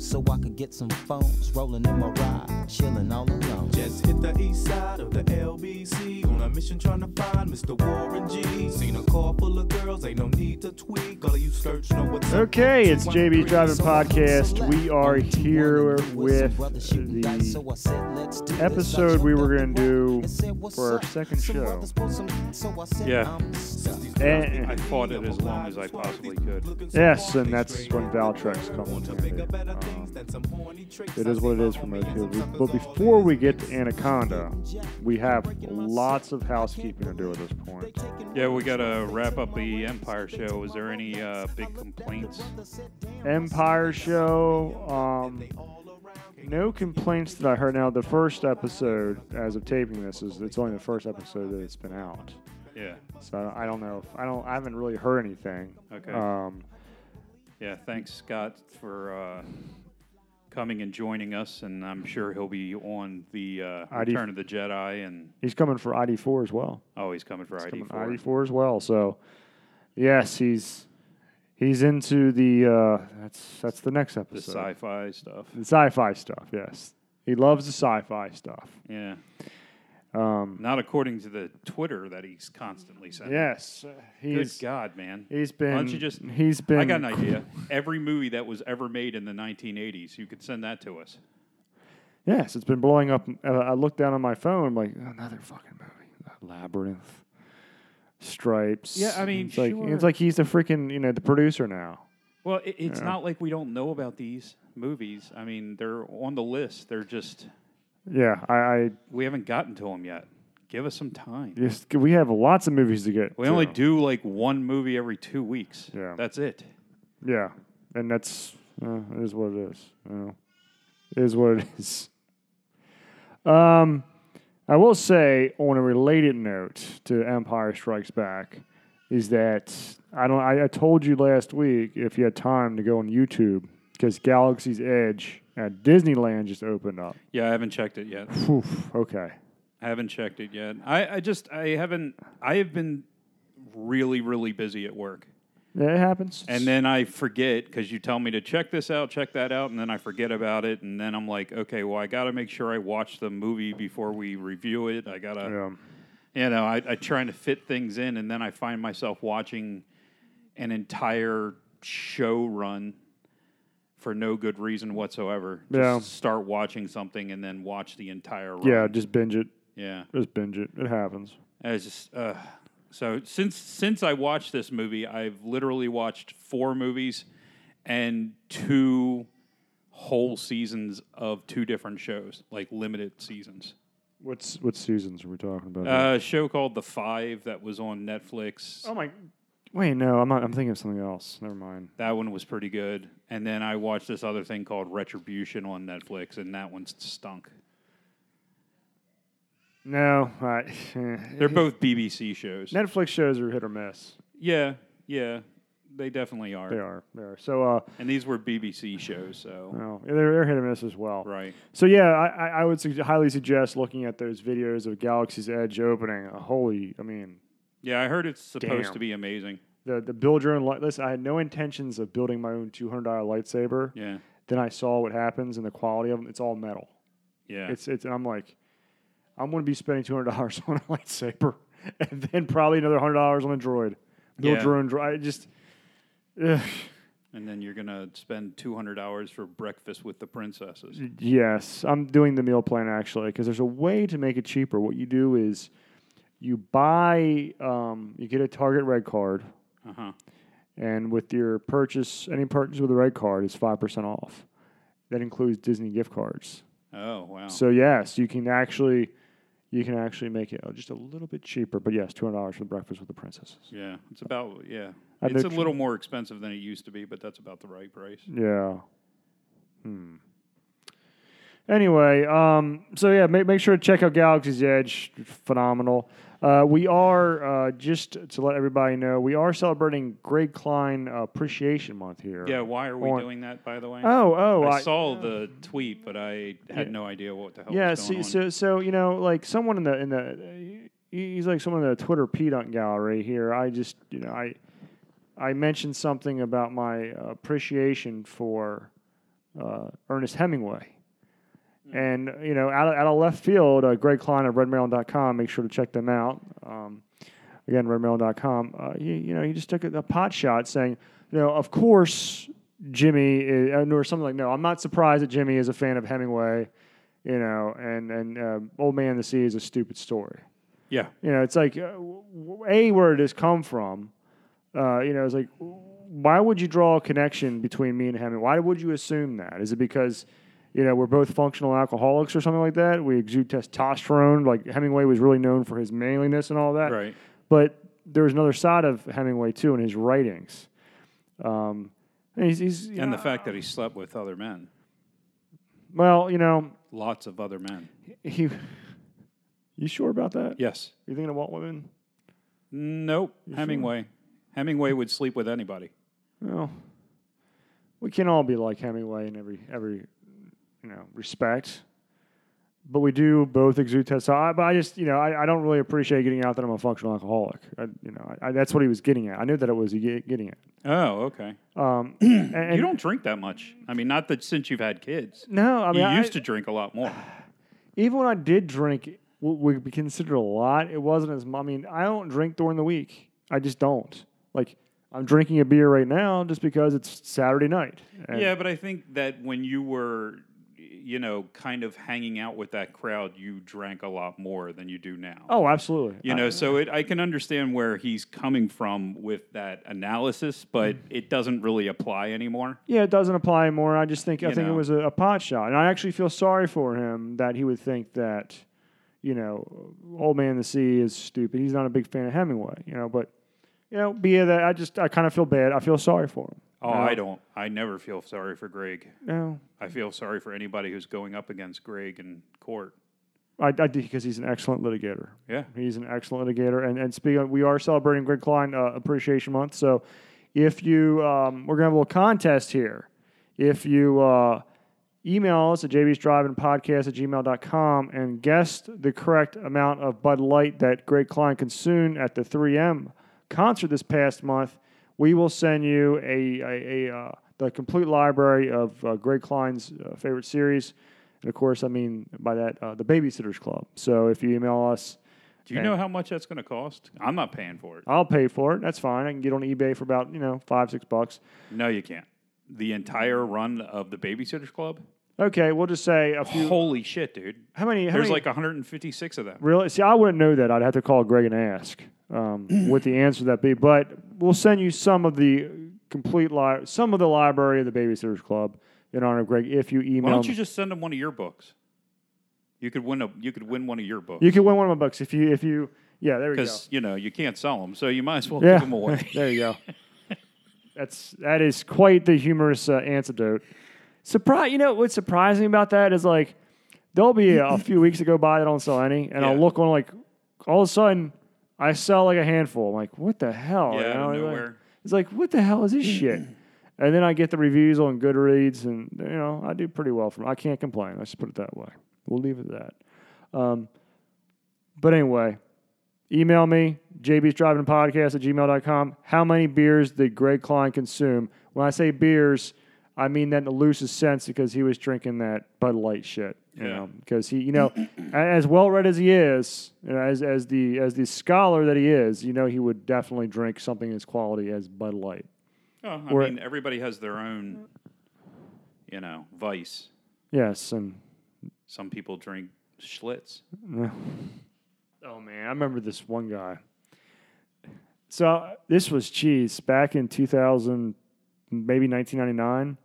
so I could get some phones. Rolling in my ride, chilling all alone. Just hit the east side of the LBC on a mission trying to find Mr. Warren G. Seen a car full of girls, ain't no need to tweak. All of you search know what's up. Okay, it's JB's Driving So I hung Podcast. select We are on what you here wanna do with some with brothers shooting dice, so the I said, "Let's do this." I episode we jumped were up gonna the road do and said, "What's for our up?" second Some show. brothers pulled some- so I said, Yeah. "I'm stuck." Eh. I fought it as long as I possibly could. Yes, and that's when Valtrex comes in. Um, It is what it is from Redfield. But before we get to Anaconda, we have lots of housekeeping to do at this point. Yeah, we gotta wrap up the Empire show. Is there any uh, big complaints? Empire Show. Um, no complaints that I heard. Now, the first episode, as of taping this, is it's only the first episode that it's been out. Yeah, So I don't- I don't know. If, I don't. I haven't really heard anything. Okay. Um, yeah. Thanks, Scott, for uh, coming and joining us, and I'm sure he'll be on the uh, ID Return of the Jedi. And he's coming for ID4 as well. oh, he's coming for ID Coming four. ID4 as well. So yes, he's he's into the uh, that's that's the next the episode. sci-fi stuff. The sci-fi stuff. Yes, he loves the sci-fi stuff. Yeah, Um, not according to the Twitter that he's constantly sending. yes, he's. Good God, man. He's been. Why don't you just? He's been. I got an idea. Every movie that was ever made in the 1980s, you could send that to us. Yes, it's been blowing up. Uh, I looked down on my phone. I'm like, another fucking movie. Labyrinth. Stripes. Yeah, I mean, it's like, sure. it's like he's the freaking you know the producer now. Well, it, it's Yeah. not like we don't know about these movies. I mean, they're on the list. They're just Yeah, I, I we haven't gotten to them yet. Give us some time. yes, we have lots of movies to get. We to. only do like one movie every two weeks. Yeah. That's it. Yeah, and that's uh, it is what it is. You know, it is what it is. Um, I will say on a related note to Empire Strikes Back is that I don't. I, I told you last week if you had time to go on YouTube because Galaxy's Edge at Disneyland just opened up. Yeah, I haven't checked it yet. Phew, okay. I haven't checked it yet. I, I just I haven't I have been really, really busy at work. Yeah, it happens. And then I forget because you tell me to check this out, check that out, and then I forget about it. And then I'm like, okay, well, I got to make sure I watch the movie before we review it. I got to, yeah. you know, I, I trying to fit things in, and then I find myself watching an entire show run for no good reason whatsoever. Just Yeah. start watching something and then watch the entire run. yeah, just binge it. Yeah. Just binge it. It happens. I was just uh, so since since I watched this movie, I've literally watched four movies and two whole seasons of two different shows, like limited seasons. What's what seasons are we talking about? here? Uh, a show called The Five that was on Netflix. Oh my! Wait, no, I'm not. I'm thinking of something else. Never mind. That one was pretty good. And then I watched this other thing called Retribution on Netflix, and that one stunk. No, I, eh, They're both BBC shows. Netflix shows are hit or miss. Yeah, yeah, they definitely are. They are. Uh. They are. So, uh, And these were BBC shows, so no, they're, they're hit or miss as well. right. So yeah, I, I I would sug- highly suggest looking at those videos of Galaxy's Edge opening. Uh, holy, I mean, Yeah, I heard it's supposed Damn. to be amazing. the the build your own light. Listen, I had no intentions of building my own two hundred dollar lightsaber. Yeah, Then I saw what happens and the quality of them. It's all metal. yeah, It's it's. And I'm like, I'm going to be spending two hundred dollars on a lightsaber, and then probably another hundred dollars on a droid. Build Yeah. your own droid. I Just. Ugh. and then you're gonna spend two hundred hours for breakfast with the princesses. Mm. Yes, I'm doing the meal plan actually because there's a way to make it cheaper. What you do is you buy, um, you get a Target Red Card, Uh huh. and with your purchase, any purchase with a Red Card is five percent off. That includes Disney gift cards. Oh wow. So yes, you can actually, you can actually make it uh, just a little bit cheaper. But yes, two hundred dollars for breakfast with the princesses. yeah, it's about yeah. I It's a bet you- little more expensive than it used to be, but that's about the right price. Yeah. Hmm. Anyway, um, so yeah, make, make sure to check out Galaxy's Edge. Phenomenal. Uh, we are, uh, just to let everybody know, we are celebrating Greg Klein Appreciation Month here. Yeah. Why are we on- doing that? By the way. Oh, oh. I saw the tweet, but I had no idea what the hell. Yeah, was see, going on. so, so, you know, like someone in the, in the, he- he's like someone in the Twitter pedant gallery here. I just you know I I mentioned something about my appreciation for uh, Ernest Hemingway. Hmm. And you know, out of, out of left field, uh, Greg Klein of RedMaryland.com. Make sure to check them out. Um, again, RedMaryland.com. Uh, you, you know, he just took a, a pot shot saying, you know, of course Jimmy is, and- or something like, no, I'm not surprised that Jimmy is a fan of Hemingway. You know, and and uh, Old Man in the Sea is a stupid story. Yeah. You know, it's like, uh, w- w- A, where does come from? Uh, you know, it's like, why would you draw a connection between me and Hemingway? Why would you assume that? Is it because, you know, we're both functional alcoholics or something like that? We exude testosterone. Like Hemingway was really known for his manliness and all that. Right. But there's another side of Hemingway, too, in his writings. Um, and he's, he's you And know, the fact that he slept with other men, well, you know, lots of other men. he. You sure about that? Yes. You thinking of Walt Whitman? Nope. Hemingway. Hemingway would sleep with anybody. Well, we can all be like Hemingway in every every you know respect, but we do both exude testosterone. But I just you know I, I don't really appreciate getting out that I'm a functional alcoholic. I, you know I, I, that's what he was getting at. I knew that it was he ge- getting at. Oh, okay. Um, and, You don't drink that much. I mean, not that since you've had kids. no, I mean you I- used to drink a lot more. even when I did drink, what would be considered a lot, it wasn't as. mu- I mean, I don't drink during the week. I just don't. Like I'm drinking a beer right now just because it's Saturday night. And- Yeah, but I think that when you were, you know, kind of hanging out with that crowd, you drank a lot more than you do now. Oh, absolutely. You know, so Uh-huh. it, I can understand where he's coming from with that analysis, but Mm. it doesn't really apply anymore. Yeah, it doesn't apply anymore. I just think I You think it know. was a, a pot shot, and I actually feel sorry for him that he would think that, you know, old man in the sea is stupid. He's not a big fan of Hemingway, you know. But you know, be it that I just I kind of feel bad. I feel sorry for him. Oh, I don't. I never feel sorry for Greg. No, I feel sorry for anybody who's going up against Greg in court. I, I do because he's an excellent litigator. Yeah. He's an excellent litigator. And and speaking, of, we are celebrating Greg Klein uh, Appreciation Month. So if you, um, we're gonna have a little contest here. If you uh, email us at jb's driving podcast at gmail.com and guess the correct amount of Bud Light that Greg Klein consumed at the 3M concert this past month, we will send you a, a, a uh, the complete library of uh, Greg Klein's uh, favorite series. And of course, I mean by that uh, the Babysitters Club. So if you email us, Do you And- know how much that's going to cost? I'm not paying for it. I'll pay for it. That's fine. I can get on eBay for about you know five six bucks. No, you can't. The entire run of the Babysitters Club? Okay, we'll just say a few. Holy shit, dude. How many? How There's many, like 156 of them. Really? See, I wouldn't know that. I'd have to call Greg and ask um, what the answer to that be. But we'll send you some of the complete li- some of the library of the Babysitters Club in honor of Greg if you email. Why don't you me. just send them one of your books? You could win a you could win one of your books You can win one of my books if you if you yeah. There you go. because you know you can't sell them, so you might as well give Yeah. them away. there you go. That's that is quite the humorous uh, antidote. Surprise! You know what's surprising about that is like there'll be a, few weeks that go by that I don't sell any, and I'll Yeah. look on like all of a sudden I sell like a handful. I'm like, what the hell? Yeah, You out know, of it's like- nowhere. it's like, what the hell is this shit? And then I get the reviews on Goodreads, and you know I do pretty well from. I can't complain. Let's just put it that way. We'll leave it at that. Um, but anyway, email me, jb's driving podcast at gmail.com. How many beers did Greg Klein consume? When I say beers, I mean that in the loosest sense because he was drinking that Bud Light shit. You Yeah. know, because he, you know, a- as well read as he is, you know, as as the as the scholar that he is, you know, he would definitely drink something as quality as Bud Light. Oh, I Or- mean, everybody has their own, you know, vice. Yes, and Some people drink Schlitz. Oh man, I remember this one guy. So this was cheese back in 2000, maybe 1999,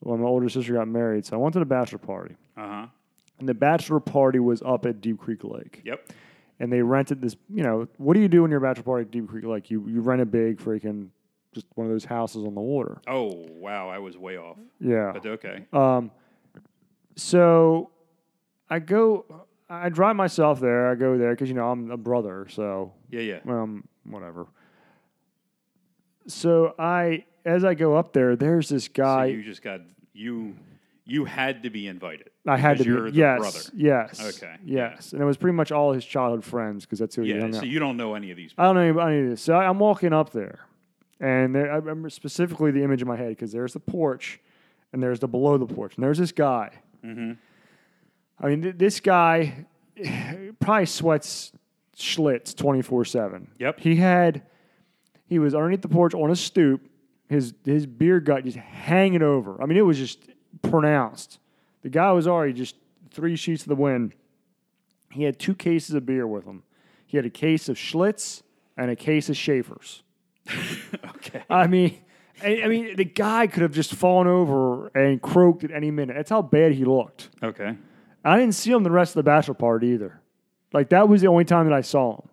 when my older sister got married. So I went to the bachelor party, Uh huh. and the bachelor party was up at Deep Creek Lake. Yep. And they rented this. You know, what do you do when you're a bachelor party at Deep Creek Lake? You you rent a big freaking just one of those houses on the water. Oh wow, I was way off. Yeah. But okay. Uh, So I go. I drive myself there. I go there because you know I'm a brother, so Yeah, yeah. um, whatever. So I, as I go up there, there's this So guy. you just got you you had to be invited. I had to Because be. you're the yes, brother. yes, Okay, yeah. yes, and it was pretty much all his childhood friends because that's who he Yeah, hung out. so you don't know any of these. I don't know anybody any of this. So I, I'm walking up there, and there, I remember specifically the image in my head because there's the porch, and there's the below the porch, and there's this guy. I mean, th- this guy probably sweats Schlitz twenty four seven. Yep. he had he was underneath the porch on a stoop. His his beer gut just hanging over. I mean, it was just pronounced. The guy was already just three sheets of the wind. He had two cases of beer with him. He had a case of Schlitz and a case of Schaefer's. okay. I mean, I, I mean, the guy could have just fallen over and croaked at any minute. That's how bad he looked. Okay. I didn't see him the rest of the bachelor party either. Like that was the only time that I saw him.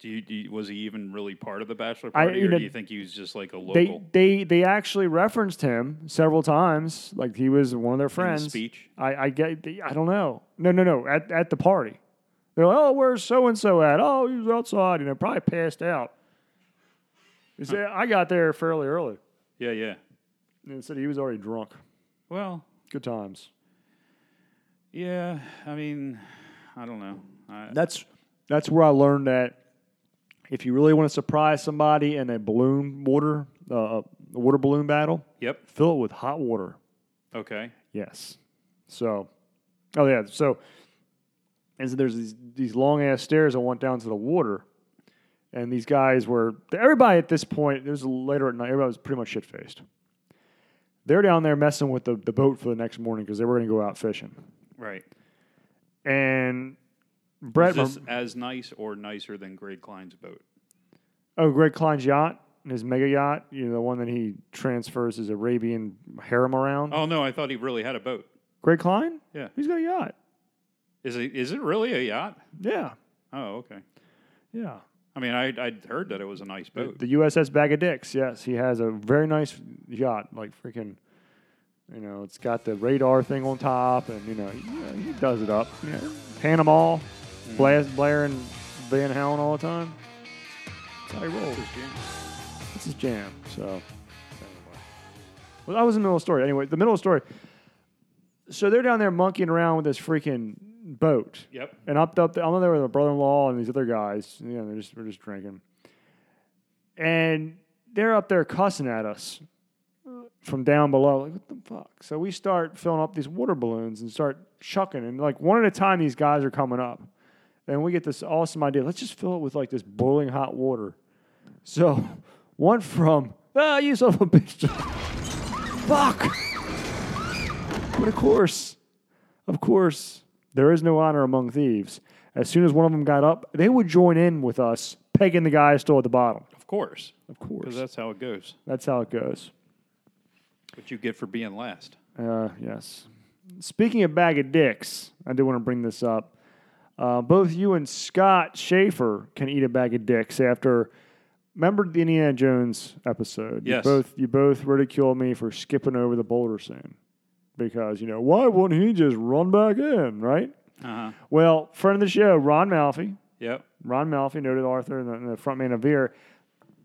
Do you, do you- was he even really part of the bachelor I- party, you or know, do you think he was just like a local They they they actually referenced him several times. Like he was one of their in the friends. speech? I, I get. I don't know. No, no, no. At at the party, they're like, "Oh, where's so and so at? Oh, he was outside. You know, probably passed out." He said, "I got there fairly early." Yeah, yeah. And it said he was already drunk. Well, Good times. yeah. I mean, I don't know. I, That's that's where I learned that if you really want to surprise somebody in a balloon water uh, water balloon battle, yep. fill it with hot water. Okay. Yes. So, oh yeah. So, and so there's these these long ass stairs that went down to the water, and these guys were everybody at this point. It was later at night. Everybody was pretty much shit faced. They're down there messing with the, the boat for the next morning because they were going to go out fishing. Right. And Brett, Is this as nice or nicer than Greg Klein's boat? oh Greg Klein's yacht, his mega yacht, you know the one that he transfers his Arabian harem around. Oh no, I thought he really had a boat. Greg Klein, Yeah. he's got a yacht. Is it is it really a yacht? Yeah, Oh, okay. yeah. I mean, I I heard that it was a nice boat. The USS Bag of Dicks. Yes, he has a very nice yacht. Like freaking, you know, it's got the radar thing on top, and you know, yeah, he does it up. Yeah. Mm. Panama, blast blaring Van Halen all the time. That's how he rolls. It's his jam. So, anyway. well, that was the middle of the story. Anyway, the middle of the story. So they're down there monkeying around with this freaking boat. Yep. And up up there, I'm there with my brother-in-law and these other guys. You know, they're just we're just drinking, and they're up there cussing at us from down below. Like what the fuck? So we start filling up these water balloons and start chucking, and like one at a time, these guys are coming up, and we get this awesome idea. Let's just fill it with like this boiling hot water. So one from ah, you son of a bitch. fuck. But of course, of course, there is no honor among thieves. As soon as one of them got up, they would join in with us, pegging the guy still at the bottom. Of course, Of course. because that's how it goes. That's how it goes. What you get for being last. Uh, yes. Speaking of bag of dicks, I do want to bring this up. Uh, both you and Scott Schaefer can eat a bag of dicks after. Remember the Indiana Jones episode? Yes. You both you both ridiculed me for skipping over the boulder scene because you know why wouldn't he just run back in, right? Uh huh. Well, friend of the show, Ron Malfi, Yep. Ron Malfi, noted Arthur and the, and the frontman of Veer,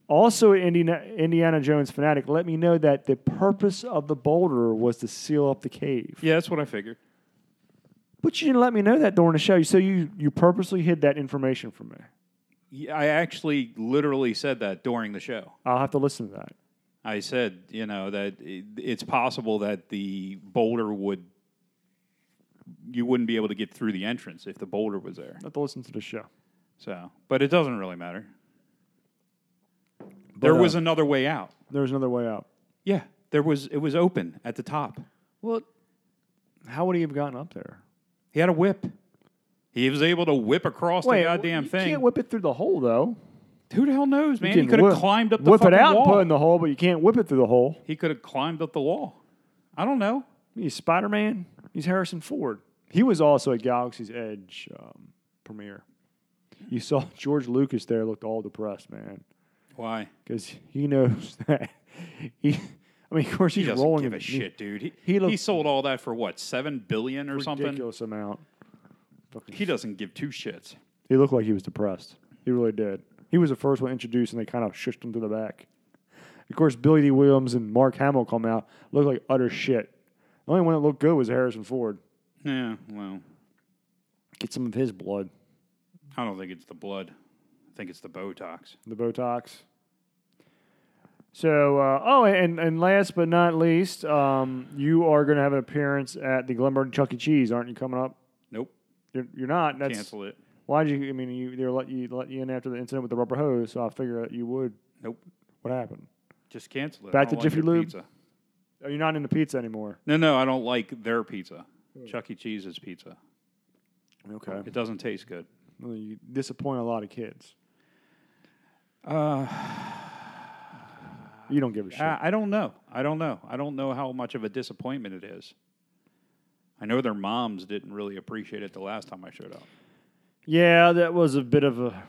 also an Indiana, Indiana Jones fanatic, let me know that the purpose of the boulder was to seal up the cave. Yeah, that's what I figured. But you didn't let me know that during the show. So you, you purposely hid that information from me. Yeah, I actually literally said that during the show. I'll have to listen to that. I said, you know, that it, it's possible that the boulder would, you wouldn't be able to get through the entrance if the boulder was there. I'll have to listen to the show. So, but it doesn't really matter. there was uh, another way out. There's another way out. Yeah, there was. It was open at the top. Well, how would he have gotten up there? He had a whip. He was able to whip across the goddamn you thing. can't whip it through the hole, though. Who the hell knows, man? You He can could have whip- climbed up the Whip it fucking out wall. and put it in the hole, but you can't whip it through the hole. he could have climbed up the wall. I don't know. He's Spider Man. He's Harrison Ford. He was also at Galaxy's Edge um, premiere. You saw George Lucas there looked all depressed, man, Why? because he knows that he. I mean, of course, He he's doesn't rolling give in a shit, dude. He, he he, looked- sold all that for what seven billion or something. ridiculous amount. He doesn't give two shits. He looked like he was depressed. He really did. He was the first one introduced, and they kind of shushed him to the back. Of course, Billy D. Williams and Mark Hamill come out, look like utter shit. The only one that looked good was Harrison Ford. Yeah, well, Get some of his blood. I don't think it's the blood. I think it's the Botox. the Botox. So, uh, oh, and, and last but not least, um, you are going to have an appearance at the Glenburn Chuck E. Cheese, aren't you? Coming up, Nope, you're, you're not. That's cancel it. why did you? I mean, you they let you let you in after the incident with the rubber hose, so I figure that you would. Nope, What happened? just cancel it. I Back to don't like Jiffy your Lube? Pizza. Oh, you're not into pizza anymore. No, no, I don't like their pizza. Chuck E. Cheese's pizza. Okay, It doesn't taste good. well, you disappoint a lot of kids. Uh, ah. You don't give a shit. I, I don't know. I don't know. I don't know how much of a disappointment it is. I know their moms didn't really appreciate it the last time I showed up. yeah, that was a bit of a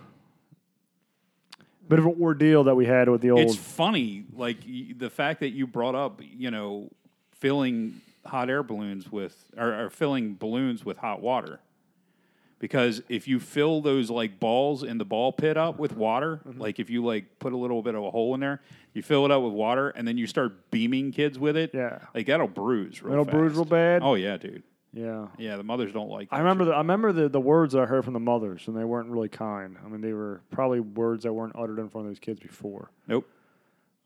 bit of an ordeal that we had with the old. It's funny, like y- the fact that you brought up, you know, filling hot air balloons with or, or filling balloons with hot water. Because if you fill those like balls in the ball pit up with water, Mm-hmm. like if you like put a little bit of a hole in there, you fill it up with water, and then you start beaming kids with it. Yeah. like that'll bruise. Real That'll bruise fast. real bad. Oh yeah, dude. yeah, Yeah, the mothers don't like. I remember the I remember the, the words I heard from the mothers, and they weren't really kind. I mean, they were probably words that weren't uttered in front of those kids before. Nope.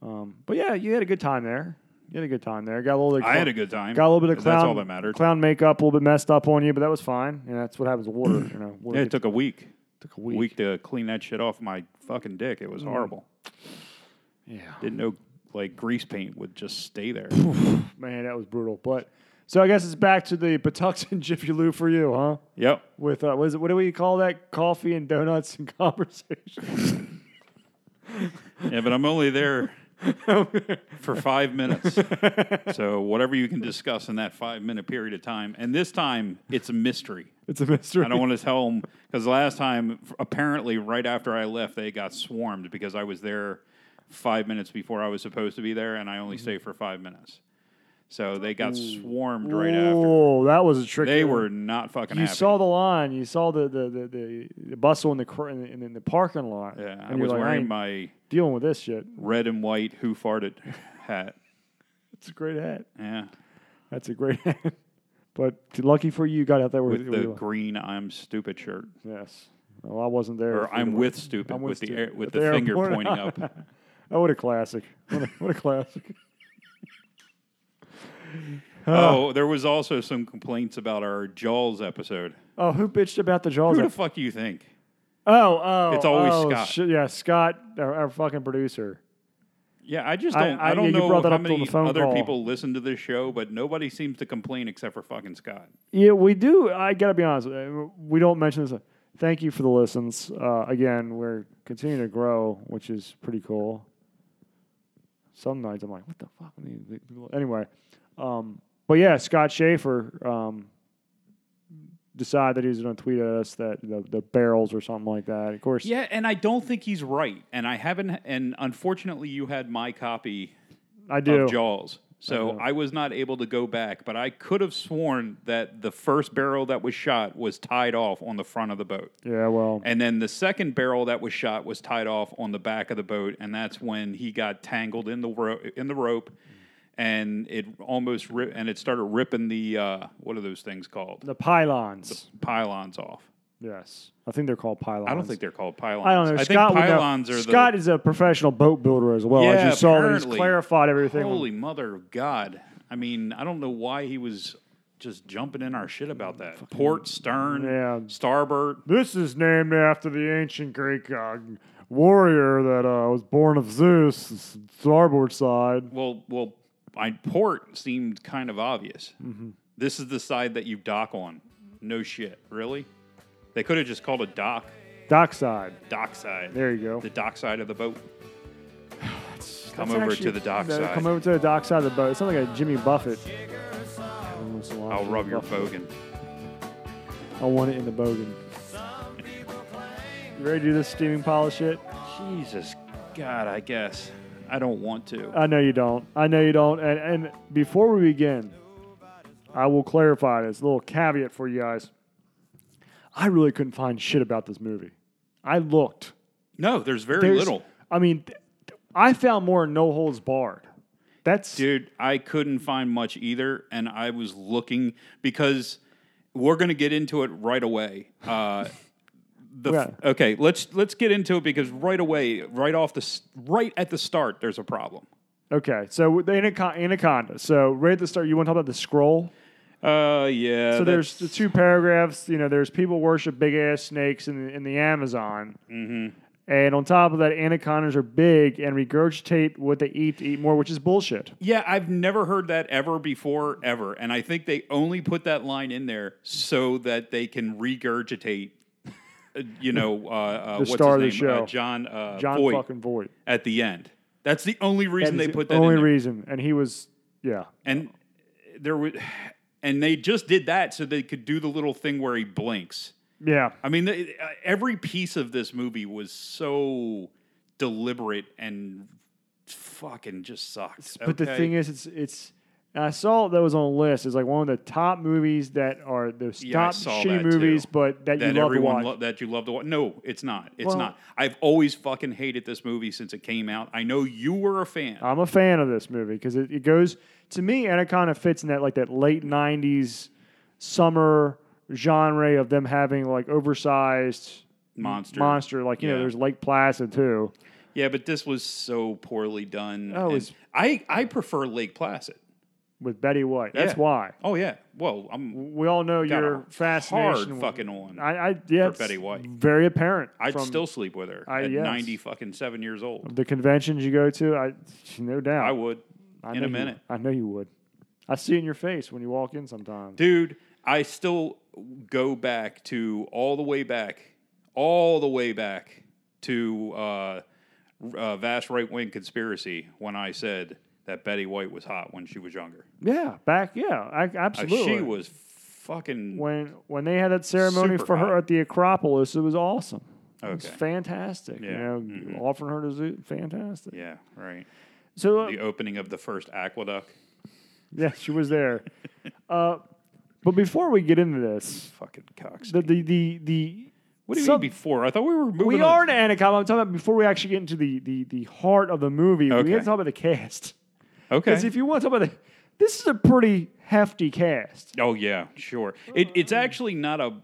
But yeah, you had a good time there. You had a good time there. Got a little. Bit of I had clown- a good time. Got a little bit of 'cause clown. That's all that mattered. Clown makeup, a little bit messed up on you, but that was fine. And that's what happens with water. You know, water yeah, it gets- took a week. took a week. Mm. week to clean that shit off my fucking dick. It was horrible. Yeah, Didn't know like grease paint would just stay there. man, that was brutal. But so I guess it's back to the Patuxent Jiffy Lube for you, huh? yep. With uh, what, is it, what do we call that? Coffee and donuts and conversation. Yeah, but I'm only there for five minutes. So whatever you can discuss in that five minute period of time, and this time it's a mystery. it's a mystery. I don't want to tell them because last time, f- apparently, right after I left, they got swarmed because I was there five minutes before I was supposed to be there, and I only Mm-hmm. stayed for five minutes. So they got swarmed right after. Oh, that was a trick. They were not fucking You happy. saw the line. You saw the the, the, the, the bustle in the cr- in, the- in the parking lot. Yeah, and I you're was like, I wearing ain't my dealing with this shit. red and white who farted hat. It's a great hat. Yeah, That's a great hat. But lucky for you, you got out there with, with the with- green "I'm stupid" shirt, yes. Well, I wasn't there. or "I'm with stupid" I'm with with the stupid. air, with With the the air finger pointing pointing up. Oh, what a classic! What a, what a classic! Oh, there was also some complaints about our Jaws episode. Oh, who bitched about the jaws? Who the up- fuck do you think? oh, oh, It's always oh, Scott. shit, yeah, Scott, our, our fucking producer. Yeah, I just I- don't. I, I- don't yeah, you know brought that how up on the many phone other call. people listen to this show, but nobody seems to complain except for fucking Scott. Yeah, we do. I gotta be honest. uh, We don't mention this. Thank you for the listens. Uh, again, we're continuing to grow, which is pretty cool. Some nights I'm like, what the fuck? are these people- Anyway, um, but yeah, Scott Schaefer um, decided that he was going to tweet at us that the, the barrels or something like that. Of course, Yeah, and I don't think he's right. And I haven't. And unfortunately, you had my copy I do. of Jaws. So I was not able to go back, but I could have sworn that the first barrel that was shot was tied off on the front of the boat. Yeah, well, And then the second barrel that was shot was tied off on the back of the boat, and that's when he got tangled in the ro- in the rope, and it almost ri- and it started ripping the uh, what are those things called the pylons. pylons off. yes, I think they're called pylons. I don't think they're called pylons. I don't know. I Scott would think know. pylons are Scott the is a professional boat builder as well. I Yeah, just saw that he's apparently. clarified everything. holy mother of God. I mean, I don't know why he was just jumping in our shit about that. Port, stern, Yeah. starboard. This is named after the ancient Greek uh, warrior that uh, was born of Zeus, starboard side. Well, well, I port seemed kind of obvious. Mm-hmm. This is the side that you dock on. No shit, really. They could have just called it dock, Dockside. dock side. There you go. The dock side of the boat. come That's over actually- to the dock no, side. Come over to the dockside of the boat. It sounds like a Jimmy Buffett. I'll I'll rub your bogan. I want it in the bogan. You ready to do this steaming pile of shit? Jesus God, I guess I don't want to. I know you don't. I know you don't. And and before we begin, I will clarify this little caveat for you guys. I really couldn't find shit about this movie. I looked. No, there's very There's- little. I mean, th- th- I found more in No Holds Barred. That's Dude, I couldn't find much either, and I was looking because We're going to get into it right away. Uh, the f- Yeah. okay, let's let's get into it because right away, right off the s- right at the start, there's a problem. Okay, so the Anaconda. Anaconda. So right at the start, you want to talk about the scroll. Uh, yeah. So there's the two paragraphs. You know, there's people worship big ass snakes in the, in the Amazon, mm-hmm. and on top of that, anacondas are big and regurgitate what they eat to eat more, which is bullshit. yeah. I've never heard that ever before, ever, and I think they only put that line in there so that they can regurgitate. uh, You know, uh, uh, what's star of the his name? show. Uh, John uh, John Voight fucking Voight. at the end. That's the only reason That is they the put that only in there. reason, and he was yeah. and there was, and they just did that so they could do the little thing where he blinks. Yeah, I mean, the, uh, every piece of this movie was so deliberate and fucking just sucks. But the thing is, it's it's. and I saw that was on a list. It's like one of the top movies that are the Yeah, I top saw shitty that movies, too. but that, that you love to everyone watch. lo- that you love to watch. No, it's not. It's Well- not. I've always fucking hated this movie since it came out. I know you were a fan. I'm a fan of this movie because it, it goes to me. Anaconda fits in that like that late '90s summer genre of them having like oversized Monster. monster. Like you know, Yeah. there's Lake Placid too. Yeah, but this was so poorly done. Oh, and it's- I I prefer Lake Placid. with Betty White. That's Yeah. why Oh yeah. Well, I'm we all know got your a fascination. hard with- fucking on. I, I yeah, for it's Betty White. Very apparent. I'd from still sleep with her I- at yes. ninety fucking seven years old. the conventions you go to. I no doubt. I would I in know a you- minute, I know you would. I see it in your face when you walk in sometimes. dude. I still go back to all the way back, all the way back to uh, uh, vast right wing conspiracy when I said that Betty White was hot when she was younger. Yeah, back yeah, I, Uh, absolutely. she was fucking when when they had that ceremony Super for her hot. at the Acropolis. It was awesome. It was Okay. fantastic. You Yeah. Mm-hmm. know, offering her to zoo, fantastic. yeah right. So uh, The opening of the first aqueduct. yeah, she was there. uh, but before we get into this, Fucking cocks. the the the, the What do you some- mean before? I thought we were moving. We on. are in Anaconda. I'm talking about before we actually get into the the, the heart of the movie. We Okay. have to talk about the cast okay. because if you want to talk about the, this is a pretty hefty cast. Oh yeah, sure. It, Mm. it's actually not a.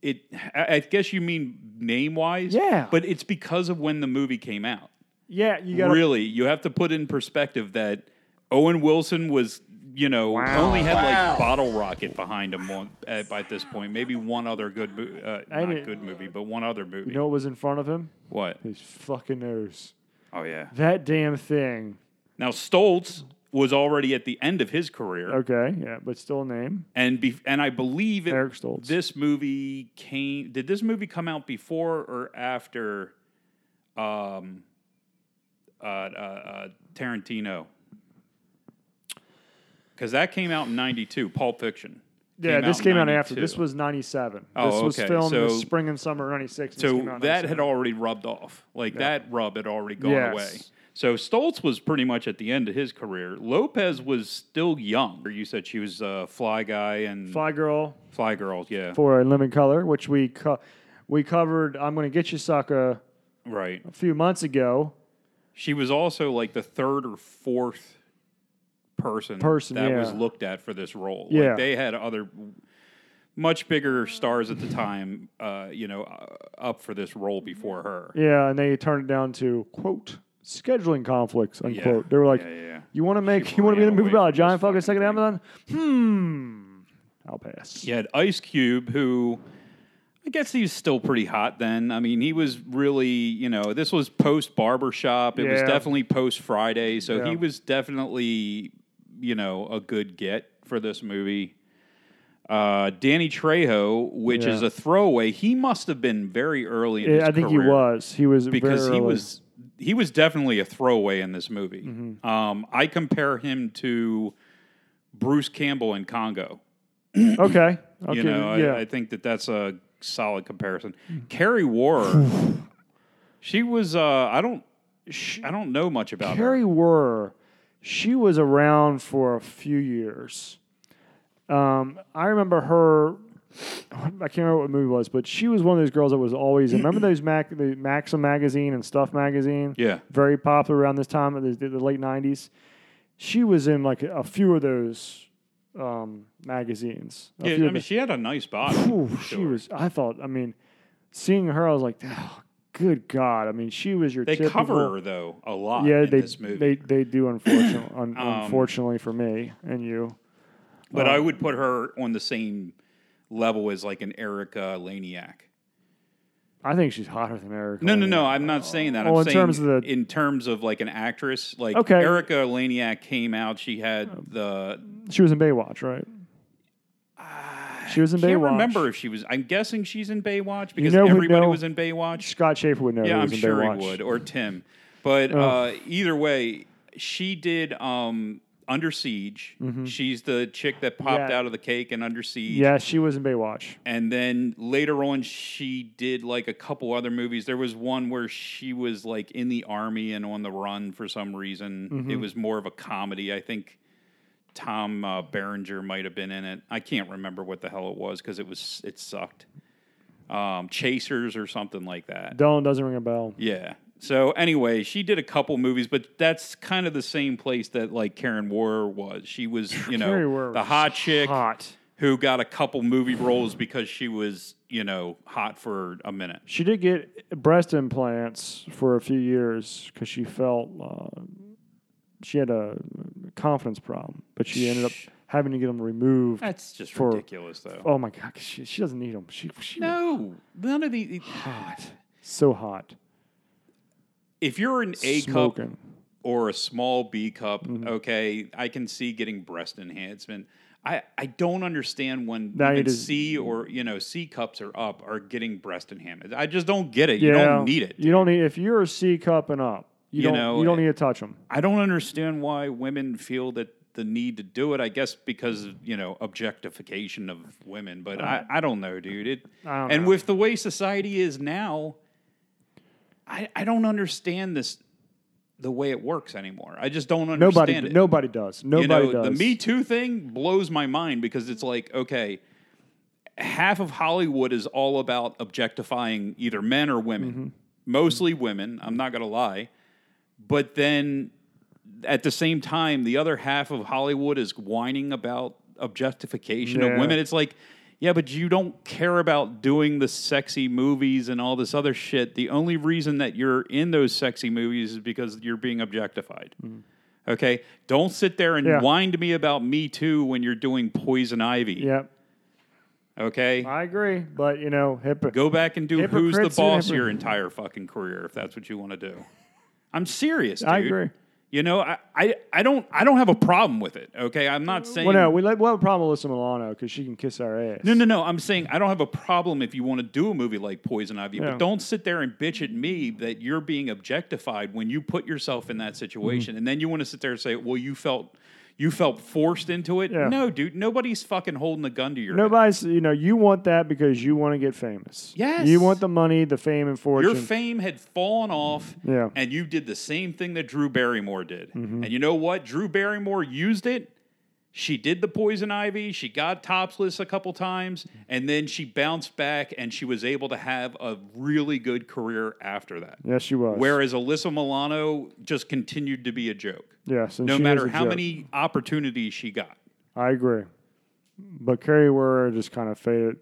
It I I guess you mean name wise. Yeah. But it's because of when the movie came out. Yeah, you got really, you have to put in perspective that Owen Wilson was you know only had like Bottle Rocket behind him one, at, by this point. Maybe one other good movie, uh, not didn't- Mm. good movie, but one other movie. You know what was in front of him? what? His fucking nose. Oh yeah. That damn thing. Now Stoltz was already at the end of his career. Okay, yeah, but still a name. and be, and I believe it, Eric Stoltz. this movie came. Did this movie come out before or after um, uh, uh, uh, Tarantino? Because that came out in '92. Pulp Fiction. Yeah, this in came out after. 92. This was '97. Oh, this was okay, filmed in the so- spring and summer '96. so that had already rubbed off. Like that rub had already gone Yes. away. So Stoltz was pretty much at the end of his career. Lopez was still young. You said she was uh, Fly Guy and Fly, Fly Girl Girls. Yeah, for in Lemon Color, which we co- we covered. I'm gonna get you, sucker. right. A few months ago, She was also like the third or fourth person, Person, that was yeah. looked at for this role. Yeah. Like they had other much bigger stars at the time, uh, you know, uh, up for this role before her. yeah, and they turned it down to quote scheduling conflicts unquote. They were like, yeah, yeah. "You want to make you want to be in a ran movie away about a from giant this fucking second fucking thing. Amazon?" Hmm. I'll pass. You had Ice Cube, who I guess he was still pretty hot then. I mean, he was really, you know, this was post barbershop. It was Yeah. definitely post Friday. So Yeah. he was definitely, you know, a good get for this movie. Uh, Danny Trejo, which Yeah. is a throwaway, he must have been very early in Yeah, his I think he career was. He was because very he early. was he was definitely a throwaway in this movie. Mm-hmm. Um, I compare him to Bruce Campbell in Congo. okay. Okay. You know, I- yeah. I, think that that's a solid comparison. Carrie Warrer, she was. Uh, I don't. Sh- I don't know much about her. Carrie Wurr, she was around for a few years. Um, I remember her. I can't remember what movie it was, but she was one of those girls that was always. Remember those Mac, the Maxim magazine and Stuff magazine? Yeah. very popular around this time, the, the late '90s. She was in like a few of those um, magazines. A Yeah, I few of mean, the- she had a nice body. Phew, for she sure. was. I thought. I mean, seeing her, I was like, oh, good God. I mean, she was your. They typical, cover her though a lot. Yeah, in they this movie. Um, they they do. Unfortunately, un, unfortunately for me and you. but uh, I would put her on the same level as like an Erica Laniak. I think she's hotter than Erica. No, no, no. I'm not saying that. Well, I'm Oh, in saying terms of the- in terms of like an actress, like Okay. Erica Laniak came out. She had the. She was in Baywatch, right? She was in Baywatch. I Uh, can't remember if she was. I'm guessing she's in Baywatch because know who'd everybody know? was in Baywatch. Scott Schaefer would know. Yeah, who I'm was in sure Baywatch. he would or Tim. But Oh. uh, either way, she did um, Under Siege. She's the chick that popped Mm-hmm. Yeah. out of the cake in Under Siege. Yeah, she was in Baywatch. And then later on, she did like a couple other movies. There was one where she was like in the army and on the run for some reason. Mm-hmm. It was more of a comedy. I think Tom uh, Berenger might have been in it. I can't remember what the hell it was because it was it sucked. Um, Chasers or something like that. Don't doesn't ring a bell. Yeah. So anyway, she did a couple movies, but that's kind of the same place that like Karen Warr was. She was, you Carrie know, Warr the was hot chick Hot. who got a couple movie roles because she was, you know, hot for a minute. She did get breast implants for a few years because she felt uh, she had a confidence problem, but she ended up having to get them removed. That's just for- ridiculous, though. Oh my god, 'cause she, she doesn't need them. She she was No, none of the. so hot. If you're an A cup Smoking. or a small B cup, Mm-hmm. okay, I can see getting breast enhancement. I, I don't understand when Now you even just- C or you know C cups are up are getting breast enhancement. I just don't get it. Yeah, You don't need it. You don't need if you're a C cup and up. You, You don't. know, you don't it- need to touch them. I don't understand why women feel that the need to do it. I guess because of, you know objectification of women, but I, I don't know, dude. It Uh, I don't and know. with the way society is now, I I don't understand this the way it works anymore. I just don't understand Nobody. it. Nobody does. Nobody you know, does. the Me Too thing blows my mind because it's like okay. Half of Hollywood is all about objectifying either men or women, Mm-hmm. mostly women. I'm not going to lie but then at the same time, the other half of Hollywood is whining about objectification Yeah. of women. It's like, yeah, but you don't care about doing the sexy movies and all this other shit. The only reason that you're in those sexy movies is because you're being objectified. Okay, don't sit there and Yeah. whine to me about Me Too when you're doing Poison Ivy. Yep. Okay, I agree, but you know, hip- go back and do Who's the Hypocrites and Boss hypocr- your entire fucking career if that's what you want to do. I'm serious. Dude. I agree. You know, I, I, I don't I don't have a problem with it. Okay, I'm not saying Well, no, we let, we'll have a problem with Alyssa Milano because she can kiss our ass. no, no, no. I'm saying I don't have a problem if you want to do a movie like Poison Ivy, Yeah. but don't sit there and bitch at me that you're being objectified when you put yourself in Mm-hmm. that situation, and then you want to sit there and say, "Well, you felt you felt forced into it." Yeah. No, dude, nobody's fucking holding a gun to your head. Nobody's, you know, you want that because you want to get famous. Yes. You want the money, the fame, and fortune. Your fame had fallen off, Yeah. Mm-hmm. and you did the same thing that Drew Barrymore did. And you know what? Drew Barrymore used it. She did the poison ivy. She got topsless a couple times, and then she bounced back, and she was able to have a really good career after that. yes, she was. Whereas Alyssa Milano just continued to be a joke, yes, and no she was matter a how joke. many opportunities she got. I agree. But Carrie Ware just kind of faded.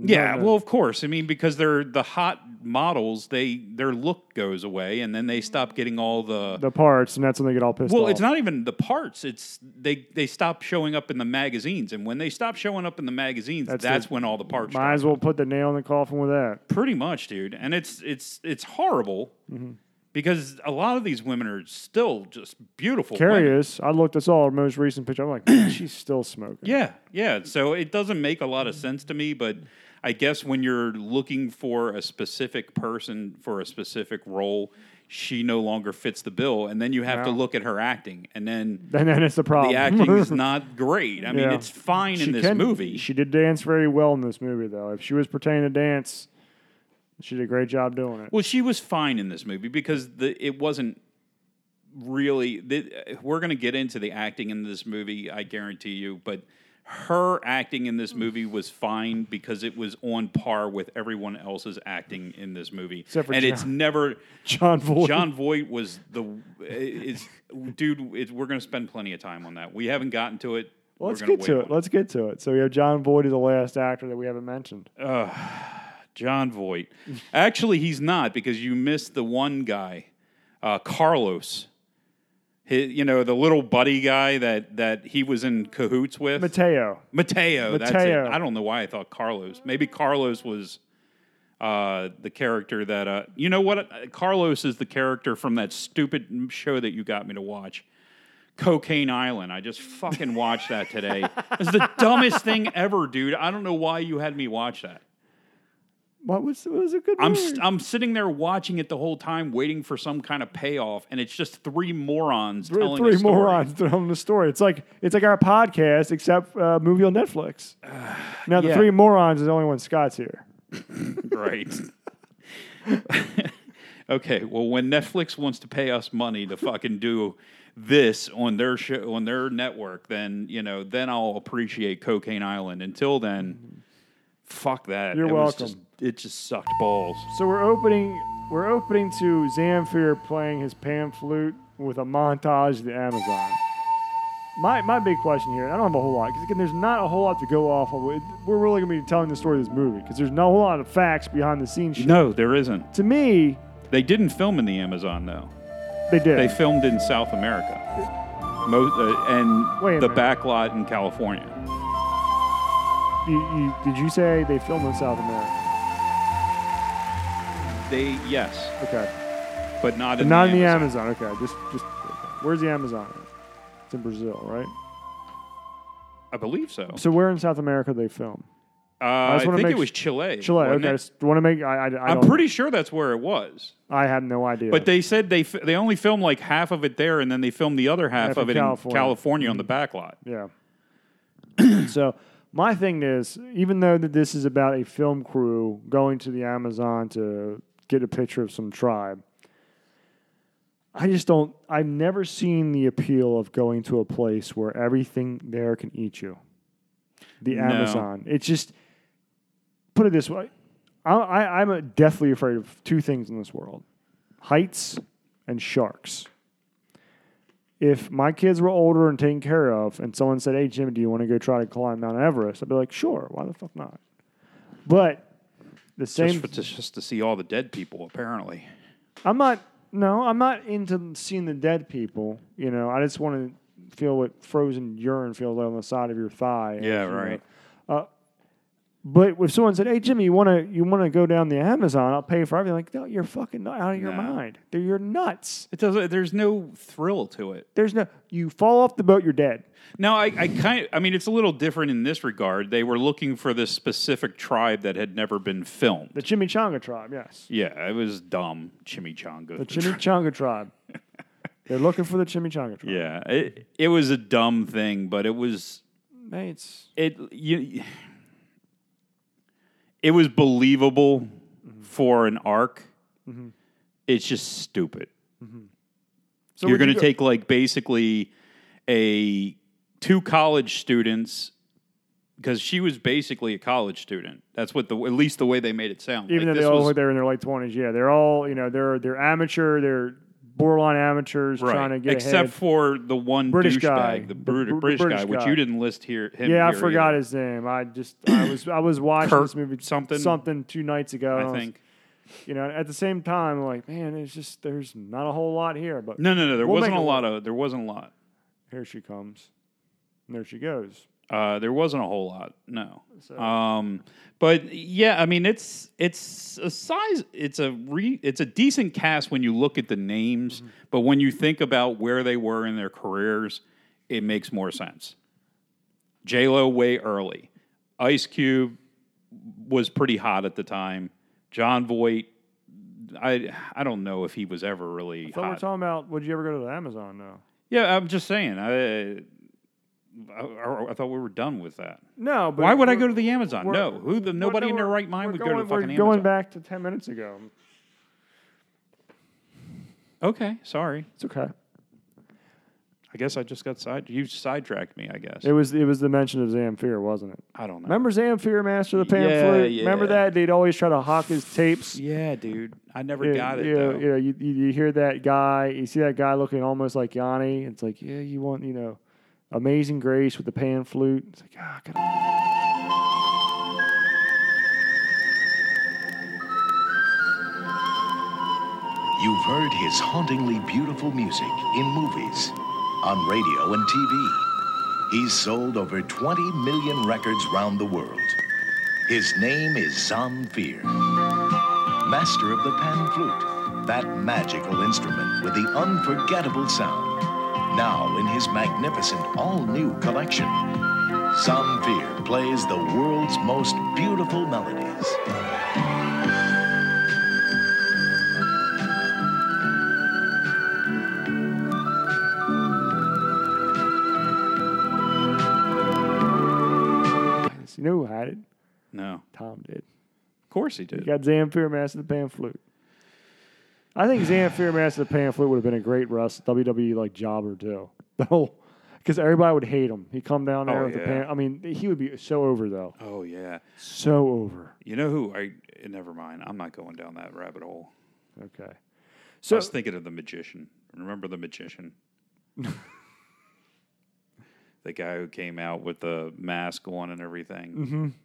Yeah, no. well, of course. I mean, because they're the hot models, they their look goes away, and then they stop getting all the The parts, and that's when they get all pissed Well, off. it's not even the parts. It's they they stop showing up in the magazines, and when they stop showing up in the magazines, That's that's, it. when all the parts. Might Start. as well put the nail in the coffin with that. Pretty much, dude. And it's it's it's horrible Mm-hmm. because a lot of these women are still just beautiful. Carrie women. is. I looked. This all her most recent picture. I'm like, man, she's still smoking. Yeah, yeah. So it doesn't make a lot of sense to me, but I guess when you're looking for a specific person for a specific role, she no longer fits the bill, and then you have to Yeah. look at her acting, and then. And then it's the problem. The acting's not great. I mean, Yeah. it's fine in She this can- movie. She did dance very well in this movie, though. If she was pertaining to dance, she did a great job doing it. Well, she was fine in this movie because the it wasn't really. The, we're going to get into the acting in this movie, I guarantee you. But her acting in this movie was fine because it was on par with everyone else's acting in this movie. Except for and it's John- never John Voight. John Voight was the it's dude. It's, we're going to spend plenty of time on that. We haven't gotten to it. Well, let's we're gonna get to wait it. on. Let's get to it. So we have John Boyd as the last actor that we haven't mentioned. John Voight. Actually, he's not because you missed the one guy, uh, Carlos. He, you know the little buddy guy that that he was in cahoots with. Mateo. Mateo. That's Mateo. it. I don't know why I thought Carlos. Maybe Carlos was uh, the character that. Uh, you know what? Carlos is the character from that stupid m- show that you got me to watch. Cocaine Island. I just fucking watched that today. It's the dumbest thing ever, dude. I don't know why you had me watch that. What was what was a good? I'm movie? st- I'm sitting there watching it the whole time, waiting for some kind of payoff, and it's just three morons Three- telling three a story. morons telling the story. It's like it's like our podcast except uh, movie on Netflix. now the yeah. three morons is the only one Scott's here. Right. okay. Well, when Netflix wants to pay us money to fucking do this on their show on their network, then you know, then I'll appreciate Cocaine Island. Until then, fuck that. You're It was welcome. just- it just sucked balls. So we're opening we're opening to Zamfir playing his pan flute with a montage of the Amazon. My, my big question here, and I don't have a whole lot because again, there's not a whole lot to go off of. It- We're really gonna be telling the story of this movie because there's not a whole lot of facts behind the scenes. shit. No, there isn't. To me, They didn't film in the Amazon though. they did. They filmed in South America, Mo- uh, and Wait a the minute. back lot in California. you, you, did you say they filmed in South America? They yes, Okay. but not But in not the in the Amazon. Amazon. Okay, just just okay. where's the Amazon? at? It's in Brazil, right? I believe so. So where in South America they film? Uh, just I wanna think make it was s- Chile. Chile. wasn't Okay, I it? just want to make. I, I, I I'm don't- pretty sure that's where it was. I have no idea. But they said they f- they only filmed like half of it there, and then they filmed the other half, Half of in it California. Mm-hmm. in California on the back lot. yeah. so my thing is, even though that this is about a film crew going to the Amazon to get a picture of some tribe. I just don't. I've never seen the appeal of going to a place where everything there can eat you. The No. Amazon. It's just put it this way. I, I, I'm uh, deathly afraid of two things in this world: heights and sharks. If my kids were older and taken care of, and someone said, "Hey Jimmy, do you want to go try to climb Mount Everest?" I'd be like, "Sure. Why the fuck not?" But the Just, same. for, just, just to see all the dead people, apparently. I'm not. No, I'm not into seeing the dead people. You know, I just want to feel what frozen urine feels like on the side of your thigh. Yeah, you know. Uh, right. But if someone said, "Hey, Jimmy, you want to you want to go down the Amazon? I'll pay for everything." Like, no, you're fucking not out of your No. mind. They're, you're nuts. It doesn't. There's no thrill to it. There's no. You fall off the boat, you're dead. Now, I, I kind of, I mean, it's a little different in this regard. They were looking for this specific tribe that had never been filmed. The Chimichanga tribe, yes. Yeah, it was dumb chimichanga. The Chimichanga tribe. They're looking for the Chimichanga tribe. yeah, it, it was a dumb thing, but it was Mates. it you it was believable for an arc. Mm-hmm. It's just stupid. So You're would going you go- to take like basically a two college students because she was basically a college student. That's what the at least the way they made it sound. even Like, though they this all was- look they're in their late twenties. Yeah, they're all you know they're they're amateur, they're borderline amateurs Right. trying to get except ahead. for the one British douchebag, guy. the, The Brit- Br- British, British guy, which guy. you didn't list here. Him yeah, I here forgot either, his name. I just I was I was watching Kirk this movie something? something two nights ago. and I was- think you know at the same time I'm like man, it's just there's not a whole lot here. But no, no, no. There We'll wasn't make a it lot of. There wasn't a lot. here she comes, and there she goes. Uh, there wasn't a whole lot, no. Um, but yeah, I mean, it's it's a size, it's a re, it's a decent cast when you look at the names, but when you think about where they were in their careers, it makes more sense. J Lo way early, Ice Cube was pretty hot at the time. John Voight, I I don't know if he was ever really So we're hot. talking about would you ever go to the Amazon now? yeah, I'm just saying. I, I I- I thought we were done with that. No, but Why would I we're- go to the Amazon? we're- No, who the we're- nobody no, in their we're- right mind we're would going, go to the we're fucking Amazon. going back to ten minutes ago. Okay, sorry. It's okay. I guess I just got side. You sidetracked me. I guess It was it was the mention of Zamfir, wasn't it? I don't know. Remember Zamfir Master of the Pan Yeah, Flute? yeah. Remember that? They'd always try to hawk his tapes. Yeah, dude. I never You- got it. you know, though. you, know, you, you you hear that guy, you see that guy looking almost like Yanni. It's like, yeah, you want, you know, Amazing Grace with the pan flute. It's like, ah, God. You've heard his hauntingly beautiful music in movies, on radio and TV. He's sold over 20 million records round the world. His name is Zamfir, master of the pan flute, that magical instrument with the unforgettable sound. Now in his magnificent all-new collection, Zamfir plays the world's most beautiful melodies. You know who had it? No, Tom did. of course he did. You got Zamfir Master of the Pan Flute. I think Zamfir Master of the Pan Flute would have been a great Rust WWE like jobber too. The whole because everybody would hate him. He'd come down there Oh, with the yeah. pan. I mean, he would be so over though. Oh yeah. So over. You know who? I never mind. I'm not going down that rabbit hole. Okay. I So was thinking of the magician. Remember the magician? the guy who came out with the mask on and everything.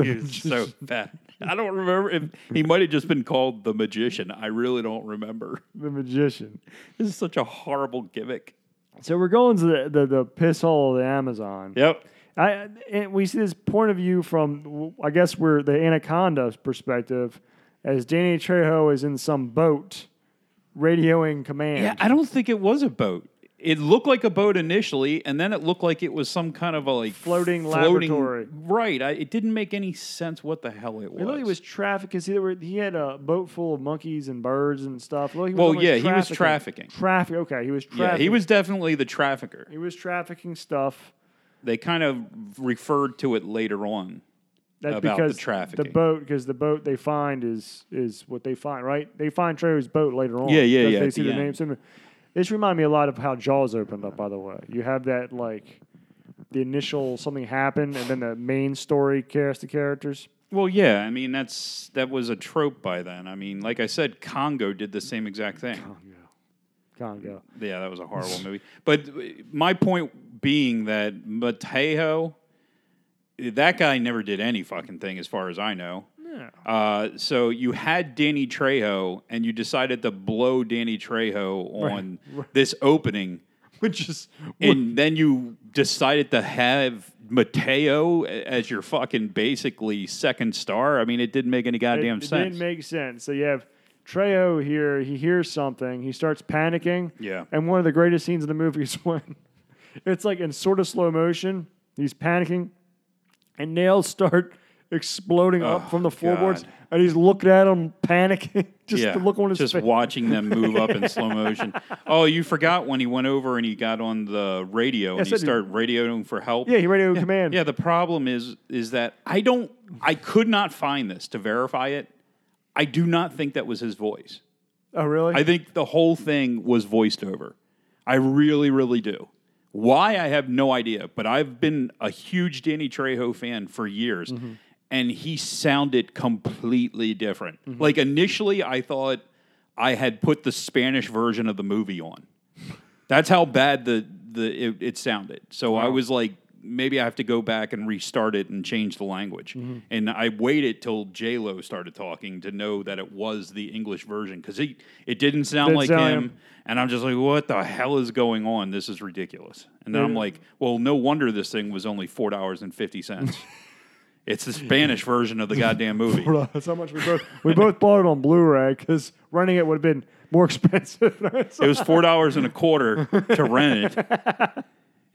Mm-hmm. he was so bad. I don't remember if he might have just been called the magician. I really don't remember. the magician. This is such a horrible gimmick. So we're going to the the, the piss hole of the Amazon. Yep. I and we see this point of view from I guess we're the anaconda's perspective, as Danny Trejo is in some boat, radioing command. Yeah, I don't think it was a boat. It looked like a boat initially, and then it looked like it was some kind of a like Floating laboratory. Right. I, it didn't make any sense what the hell it was. It looked like it was traffic because he, there were- he had a boat full of monkeys and birds and stuff. It looked like he was Well, almost yeah, he was trafficking. Traffic. Okay, he was yeah, trafficking. he was definitely the trafficker. He was trafficking stuff. They kind of referred to it later on. That's About the because The trafficking. boat, because the boat they find is is what they find, right? They find Trevor's boat later on. Yeah, yeah, 'cause yeah, They at see the the end. name. similar. This reminded me a lot of how Jaws opened up. By the way, you have that like the initial something happened, and then the main story cast of characters. Well, yeah, I mean that's that was a trope by then. I mean, like I said, Congo did the same exact thing. Congo. Yeah, that was a horrible movie. But uh, my point being that Mateo, that guy never did any fucking thing, as far as I know. Uh, so you had Danny Trejo, and you decided to blow Danny Trejo on this opening, which is, and then you decided to have Mateo a- as your fucking basically second star. I mean, it didn't make any It- goddamn it, sense. didn't make sense. So you have Trejo here. He hears something. He starts panicking. Yeah. And one of the greatest scenes in the movie is when it's like in sort of slow motion. He's panicking, and nails start exploding Oh, up from the floorboards, God. and he's looking at him panicking. just yeah, the look on his just face. watching them move up in slow motion. Oh, you forgot when he went over and he got on the radio and Yes, he I did. started radioing for help. yeah, he radio command. Yeah, the problem is is that I don't I could not find this to verify it. I do not think that was his voice. Oh, really? I think the whole thing was voiced over. I really, really do. Why I have no idea, but I've been a huge Danny Trejo fan for years, and he sounded completely different. Like initially, I thought I had put the Spanish version of the movie on. That's how bad the the it, it sounded. So I was like, maybe I have to go back and restart it and change the language. Mm-hmm. And I waited till J Lo started talking to know that it was the English version because he it didn't sound Didn't like sound him. him. And I'm just like, what the hell is going on? This is ridiculous. And then I'm like, well, no wonder this thing was only four dollars and fifty cents. it's the Spanish version of the goddamn movie. That's how much we both we both bought it on Blu-ray because running it would have been more expensive. It was four dollars and a quarter to rent it.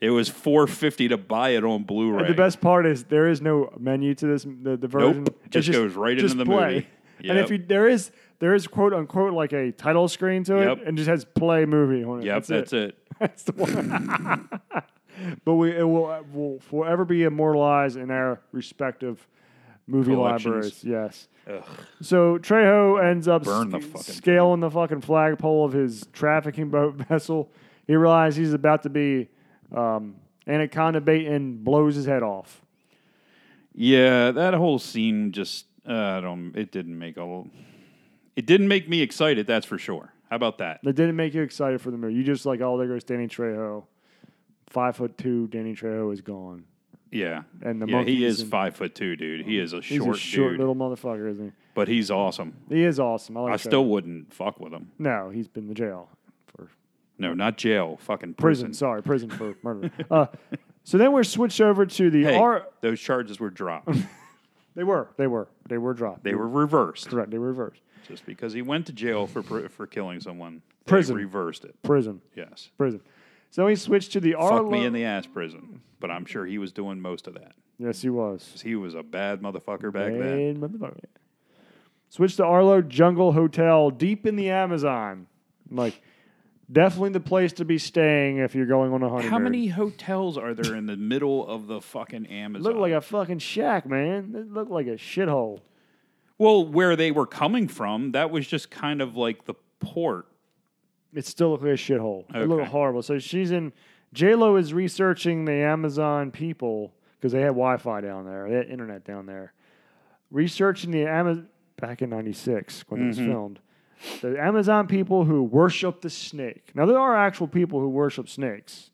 It was four fifty to buy it on Blu-ray. The best part is there is no menu to this the, the version. Nope. It Just goes right into the movie. And if Yep. you there is there is quote unquote like a title screen to it Yep. and just has play movie on it. Yep, that's, it. it. That's the one. but we it will it will forever be immortalized in our respective movie Collections. libraries. Yes. So Trejo ends up Burn the sc- fucking thing. scaling the fucking flagpole of his trafficking boat vessel. He realizes he's about to be um, anaconda bait and blows his head off. Yeah, that whole scene just uh, I don't. It didn't make all. It didn't make me excited. That's for sure. How about that? That didn't make you excited for the movie. You just like, oh, there goes Danny Trejo. five foot two Danny Trejo is gone. Yeah, And the yeah, he monkeys is and- five foot two, dude. He is a He's short, a short dude, little motherfucker, isn't but he's awesome. he? He is awesome. I, like I Trejo. still wouldn't fuck with him. no. He's been to jail for No, not jail. Fucking prison. prison. Sorry, prison for murder. uh, so then we're switched over to the Hey, R. those charges were dropped. They were, they were, they were dropped. They were reversed. correct. They were reversed. Just because he went to jail for pr- for killing someone, they Prison. reversed it. Prison, Yes, prison. So he switched to the R. fuck me in the ass, prison. But I'm sure he was doing most of that. yes, he was. 'Cause He was a bad motherfucker back then. And motherfucker. Switch to Arlo Jungle Hotel deep in the Amazon. I'm like, definitely the place to be staying if you're going on a honeymoon. How many hotels are there in the middle of the fucking Amazon? Looked like a fucking shack, man. It looked like a shithole. well, where they were coming from, that was just kind of like the port. It still looked like a shithole. It looked Okay. horrible. So she's in. J Lo is researching the Amazon people because they had Wi-Fi down there. They had internet down there. Researching the Amazon back in '96 when it was Mm-hmm. filmed. The Amazon people who worship the snake. Now there are actual people who worship snakes.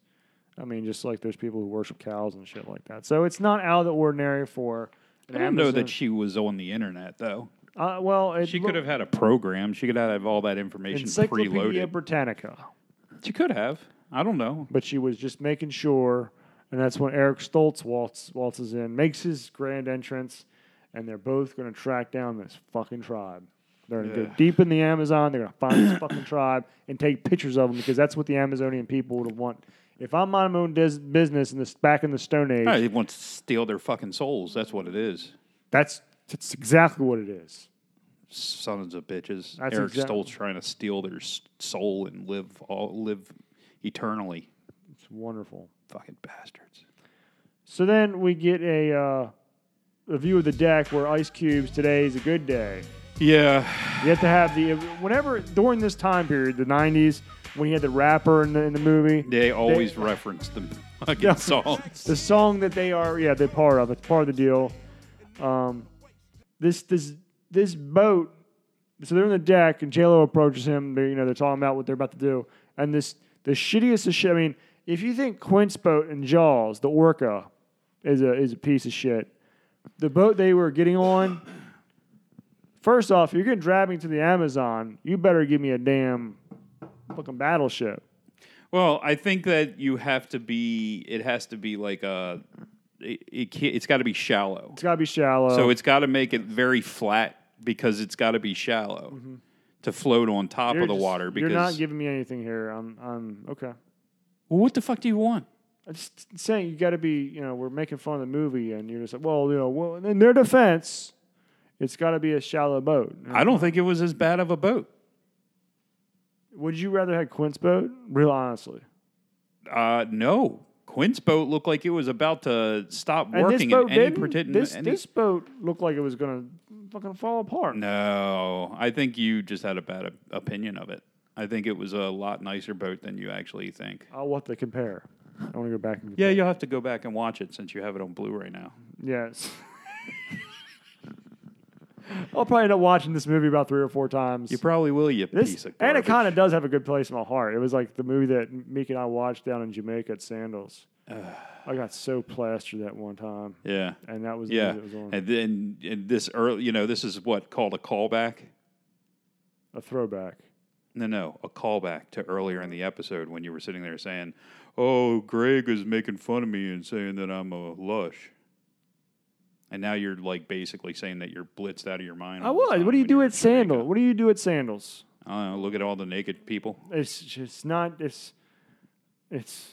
I mean, just like there's people who worship cows and shit like that. So it's not out of the ordinary for. An I don't know Amazon- that she was on the internet though. uh, well, it She looked- could have had a program. She could have all that information Encyclopedia preloaded. Britannica. She could have. I don't know. but she was just making sure. And that's when Eric Stoltz waltz, waltzes in, makes his grand entrance, and they're both going to track down this fucking tribe. They're going to go Ugh. deep in the Amazon. They're going to find this fucking tribe and take pictures of them because that's what the Amazonian people would want. If I'm on my own des- business in this back in the Stone Age, No, He wants to steal their fucking souls. That's what it is. that's that's exactly what it is. Sons of bitches. That's Eric exact- Stoltz trying to steal their s- soul and live all live eternally. It's wonderful. Fucking bastards. So then we get a uh, a view of the deck where Ice Cube's "Today is a Good Day." Yeah. You have to have the whenever during this time period, the '90s, when he had the rapper in the, in the movie, They always reference the fucking Yeah. songs. the song that they are, yeah, they're part of. It's part of the deal. Um, this this this boat. So they're in the deck, and JLo approaches him. They, you know, they're talking about what they're about to do, and this the shittiest of shit. I mean, if you think Quint's boat and Jaws, the orca, is a is a piece of shit, the boat they were getting on. First off, you're gonna drag me to the Amazon. You better give me a damn fucking battleship. Well, I think that you have to be. It has to be like a. It, it can't, it's got to be shallow. It's gotta be shallow. So it's got to make it very flat because it's got to be shallow to float on top Mm-hmm. You're of the just- water. Because you're not giving me anything here. I'm I'm okay. well, what the fuck do you want? I'm just saying you got to be. You know, we're making fun of the movie, and you're just like, well, you know, well, in their defense, it's got to be a shallow boat. I don't think it was as bad of a boat. Would you rather had Quint's boat? Real honestly, Uh, no, Quinn's boat looked like it was about to stop and this working boat in any didn't. pretend. this any- this boat looked like it was gonna fucking fall apart. no, I think you just had a bad op- opinion of it. I think it was a lot nicer boat than you actually think. I'll have to compare. I want to go back and Yeah, you'll have to go back and watch it since you have it on Blu-ray now. yes. I'll probably end up watching this movie about three or four times. You probably will, you This piece of garbage. Anaconda does have a good place in my heart. It was like the movie that Meek and I watched down in Jamaica at Sandals. I got so plastered that one time, Yeah, and that was the yeah. movie that was on. And then and this early, you know, this is what called a callback. a throwback. No, no, a callback to earlier in the episode when you were sitting there saying, "Oh, Greg is making fun of me and saying that I'm a lush." And now you're like basically saying that you're blitzed out of your mind. I all the was. time What do you when do you're at in Jamaica. Sandals? What do you do at Sandals? I don't know, look at all the naked people. It's just not. It's it's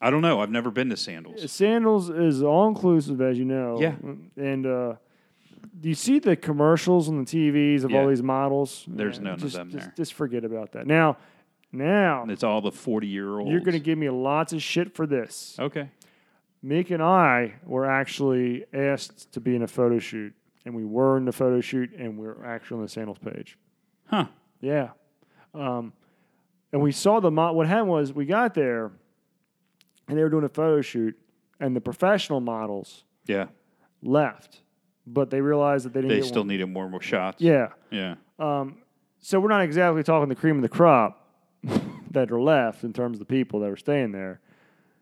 I don't know. I've never been to Sandals. Sandals is all inclusive, as you know. Yeah. and uh, you see the commercials on the TVs of all Yeah. these models. There's none of just- them just- there. Just forget about that. Now, now and it's all the forty-year-olds. you're going to give me lots of shit for this. okay. Meek and I were actually asked to be in a photo shoot, and we were in the photo shoot, and we were actually on the sandals page. Huh. Yeah, um, and we saw the mo- what happened was we got there, and they were doing a photo shoot, and the professional models Yeah. left, but they realized that they didn't. They get still one. needed more more shots. yeah. Yeah. So we're not exactly talking the cream of the crop that are left in terms of the people that are staying there.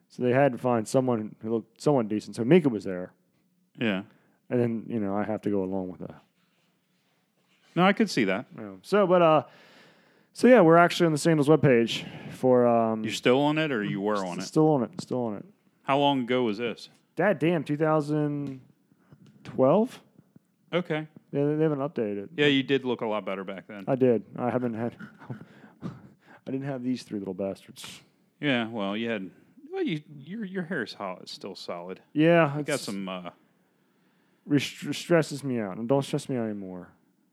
So they had to find someone who looked someone decent. So Nika was there, Yeah. and then you know I have to go along with that. No, I could see that. Um, So, but uh, so yeah, we're actually on the Sandals webpage for um, You're still on it, or you were on it? still on it, still on it. How long ago was this? Dad damn, 2012. Okay. Yeah, they they haven't updated. Yeah, you did look a lot better back then. I did. I haven't had. I didn't have these three little bastards. Yeah. Well, you had. Well, you your your hair is hol- is still solid. Yeah, You got it's- some. Uh, rest- stresses me out, and don't stress me out anymore.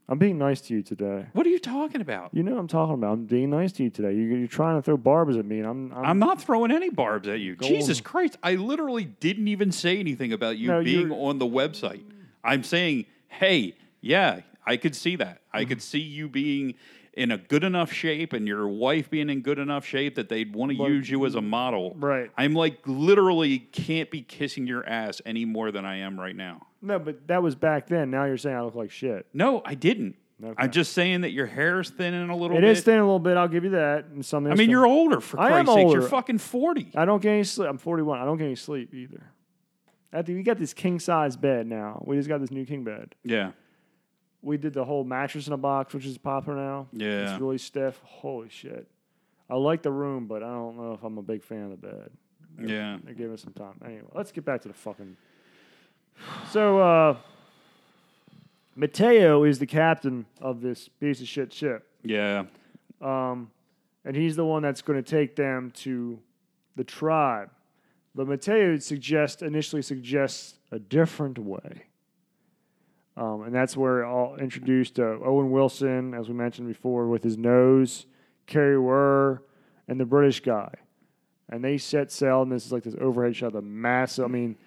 I'm being nice to you today. what are you talking about? You know what I'm talking about. I'm being nice to you today. You, you're trying to throw barbs at me, and I'm. I'm, I'm not throwing any barbs at you. Jesus Christ! I literally didn't even say anything about you No, being you're- on the website. I'm saying, hey, yeah, I could see that. I Mm-hmm. could see you being in a good enough shape and your wife being in good enough shape that they'd want to use you as a model. mm, Right. I'm like literally can't be kissing your ass any more than I am right now. no, but that was back then. Now you're saying I look like shit. No, I didn't. Okay. I'm just saying that your hair's thinning a little It bit. is thin a little bit. I'll give you that. And some. I mean, you're older for I am Christ's sake. You're older. fucking 40. I don't get any sleep. I'm 41. I don't get any sleep either. I think we got this king size bed now. We just got this new king bed. Yeah. We did the whole mattress in a box, which is popular now. Yeah. It's really stiff. Holy shit. I like the room, but I don't know if I'm a big fan of the bed. Yeah. They gave us some time. Anyway, let's get back to the fucking. So, uh, Mateo is the captain of this piece of shit ship, Yeah. and he's the one that's going to take them to the tribe. But Mateo suggests initially suggests a different way, um, and that's where I'll introduced uh, Owen Wilson, as we mentioned before, with his nose, Kerry Wurr, and the British guy, and they set sail. And this is like this overhead shot, of the massive. I mean,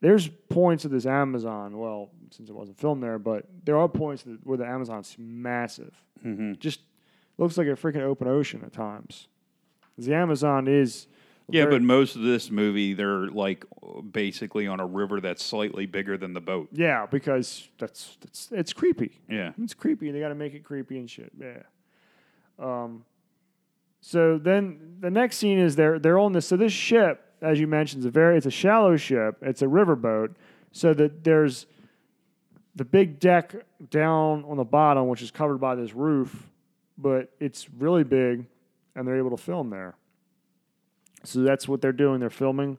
there's points of this Amazon. Well, since it wasn't filmed there, but there are points that, where the Amazon's massive. Mm-hmm. Just looks like a freaking open ocean at times. 'Cause The Amazon is. Yeah, very- but most of this movie, they're like basically on a river that's slightly bigger than the boat. Yeah, because that's that's it's creepy. Yeah. It's creepy, and they got to make it creepy and shit. Yeah. Um. So then the next scene is they're they're on this. So this ship, as you mentioned, is a very it's a shallow ship. It's a riverboat. So that there's the big deck down on the bottom, which is covered by this roof, but it's really big, and they're able to film there. So that's what they're doing. They're filming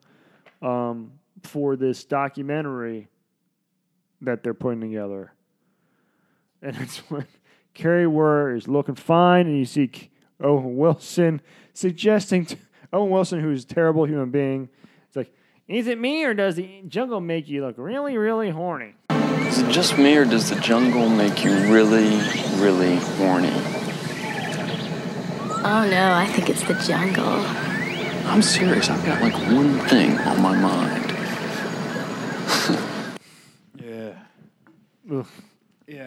um, for this documentary that they're putting together. And it's when Kerry Wurr is looking fine, and you see K- Owen Wilson suggesting to Owen Wilson, who's a terrible human being, it's like, is it me or does the jungle make you look really, really horny? Is it just me, or does the jungle make you really, really horny? Oh no, I think it's the jungle. I'm serious. I've got like one thing on my mind. Yeah. Yeah.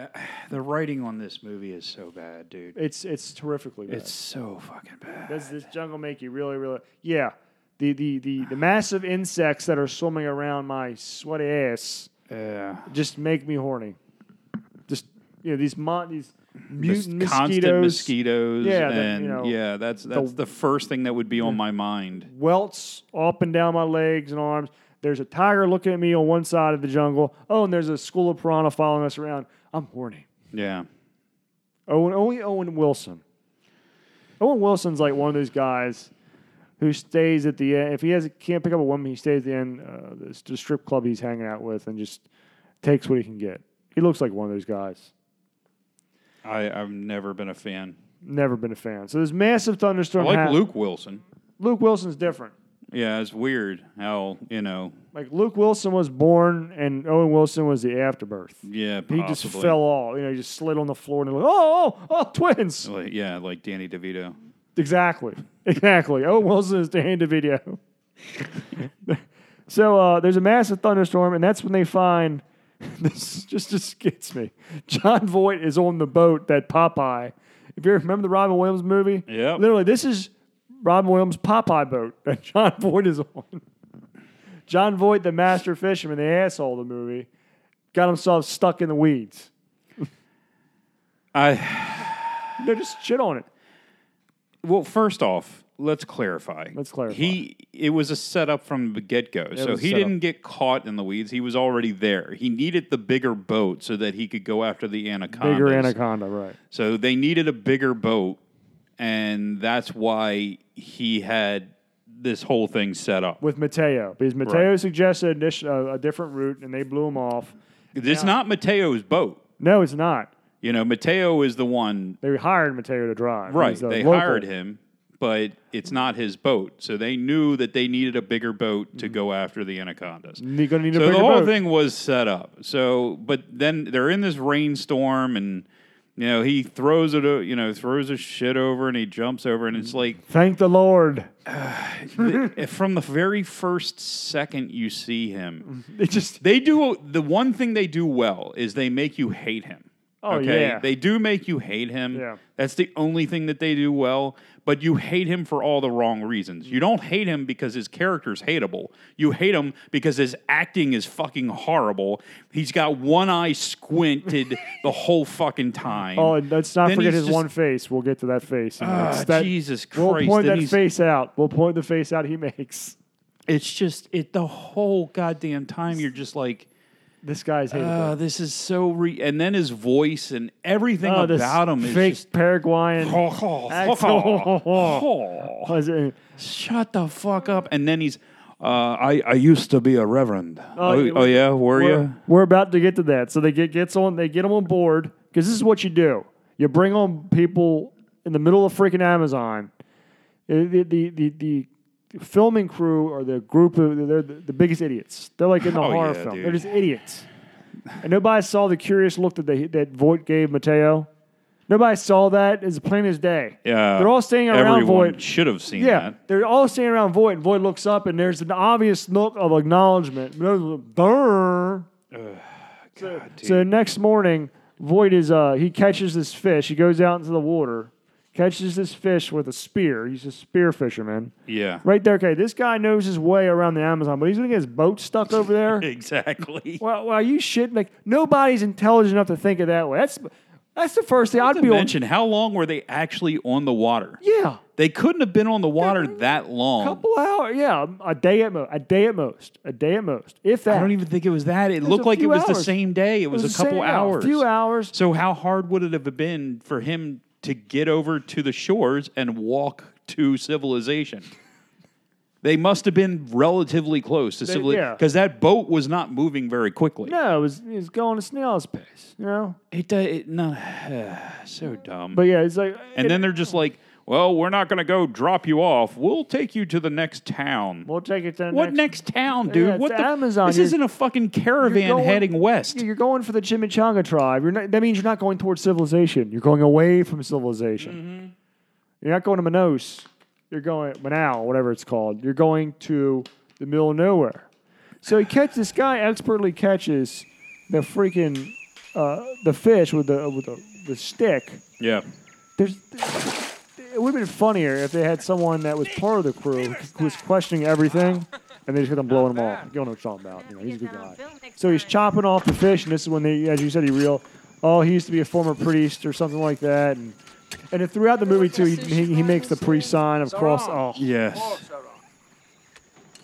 The writing on this movie is so bad, dude. It's it's terrifically bad. It's so fucking bad. does this jungle make you really, really? Yeah, the the the, the massive insects that are swimming around my sweaty ass Yeah. just make me horny. Just you know these mon these mutant Constant mosquitoes. mosquitoes. Yeah, that, you and know, yeah, that's that's the, first thing that would be on my mind. welts up and down my legs and arms. There's a tiger looking at me on one side of the jungle. Oh, and there's a school of piranha following us around. I'm horny. Yeah. Owen, only Owen Wilson. Owen Wilson's like one of those guys who stays at the end. If he has can't pick up a woman, he stays at the end, uh, the, the strip club he's hanging out with, and just takes what he can get. He looks like one of those guys. I, I've never been a fan. Never been a fan. So this massive I thunderstorm. like hap- Luke Wilson. Luke Wilson's different. Yeah, it's weird how, you know, Like Luke Wilson was born, and Owen Wilson was the afterbirth. yeah, He possibly. just fell off. You know, he just slid on the floor and they're like, oh, oh, oh, twins. Like, yeah, like Danny DeVito. Exactly. Exactly. Oh, Wilson is the hand of video. so uh, there's a massive thunderstorm, and that's when they find this just, just gets me. John Voight is on the boat that Popeye. If you remember the Robin Williams movie, Yep. literally, this is Robin Williams' Popeye boat that John Voight is on. John Voight, the master fisherman, the asshole of the movie, got himself stuck in the weeds. I. No, just shit on it. Well, first off, let's clarify. Let's clarify. He it was a setup from the get go. So was a he setup. didn't get caught in the weeds. He was already there. He needed the bigger boat so that he could go after the anaconda. Bigger anaconda, right? So they needed a bigger boat, and that's why he had this whole thing set up. With Mateo, because Mateo suggested a, uh, a different route, and they blew him off. It's not Mateo's boat. No, it's not. You know, Mateo is the one. They hired Mateo to drive. Right. He's a They local. hired him, but it's not his boat. So they knew that they needed a bigger boat Mm-hmm. to go after the anacondas. You're gonna need a so the bigger whole boat. thing was set up. So, but then they're in this rainstorm, and you know he throws it, o- you know, throws his shit over, and he jumps over, and it's like Thank the Lord. th- from the very first second you see him, It just they do the one thing they do well is they make you hate him. Oh, yeah. They do make you hate him. Yeah. That's the only thing that they do well, but you hate him for all the wrong reasons. You don't hate him because his character's hateable. You hate him because his acting is fucking horrible. He's got one eye squinted the whole fucking time. Oh, and let's not Then forget he's his just- one face. We'll get to that face. in the Ah, next. That- Jesus Christ. We'll point Then that he's- face out. We'll point the face out he makes. It's just it the whole goddamn time you're just like This guy's hated. Uh, this is so re. And then his voice and everything oh, this about him is fake just. Paraguayan. Was it- Shut the fuck up. And then he's. Uh, I, I used to be a reverend. Oh, you- oh yeah, were We're, you? we're about to get to that. So they get gets on. They get them on board because this is what you do. You bring on people in the middle of freaking Amazon. The the the, the, the filming crew or the group of they're the, the biggest idiots. They're like in the Oh, horror yeah, film. dude. They're just idiots. And nobody saw the curious look that they, that Voight gave Mateo. Nobody saw that as plain as day. Yeah. they're all standing around Everyone Voight. should have seen Yeah, that. they're all standing around Void, and Void looks up, and there's an obvious look of acknowledgement. Burr. so, so next morning, Void is uh he catches this fish. He goes out into the water, catches this fish with a spear. He's a spear fisherman. Yeah. Right there, okay. This guy knows his way around the Amazon, but he's gonna get his boat stuck over there. Exactly. well, well, you shit like nobody's intelligent enough to think of that way. That's that's the first thing I'd to be on. mention, how long were they actually on the water? Yeah. They couldn't have been on the water that long. couple hours, yeah, a day at most, a day at most, a day at most, if that. I don't even think it was that. It was looked a like it few was the hours. same day. It was, was a the couple same- yeah, a hours. few hours. So how hard would it have been for him to get over to the shores and walk to civilization? they must have been relatively close to civilization yeah. because that boat was not moving very quickly. No, it was it was going to snail's pace, you know. It, do- it no, so dumb. But yeah, it's like and then they're just like, "Well, we're not going to go drop you off. We'll take you to the next town." we'll take it to the what next. next, town, dude? it's what the Amazon. This You're- isn't a fucking you're caravan going- heading west. Yeah, You're going for the chimichanga tribe. You're not, that means you're not going towards civilization. You're going away from civilization. Mm-hmm. You're not going to Manaus. You're going Manaus, whatever it's called. You're going to the middle of nowhere. So he catches this guy expertly catches the freaking uh, the fish with the with the, the stick. yeah. There's, it would have been funnier if they had someone that was part of the crew who was questioning everything, and they just got them blowing them off. You don't know what I'm talking about. You know, he's a good guy. So he's chopping off the fish, and this is when they, as you said, he real. Oh, he used to be a former priest or something like that, and and then throughout the movie too, he, he, he makes the priest sign of cross. Oh, Yes.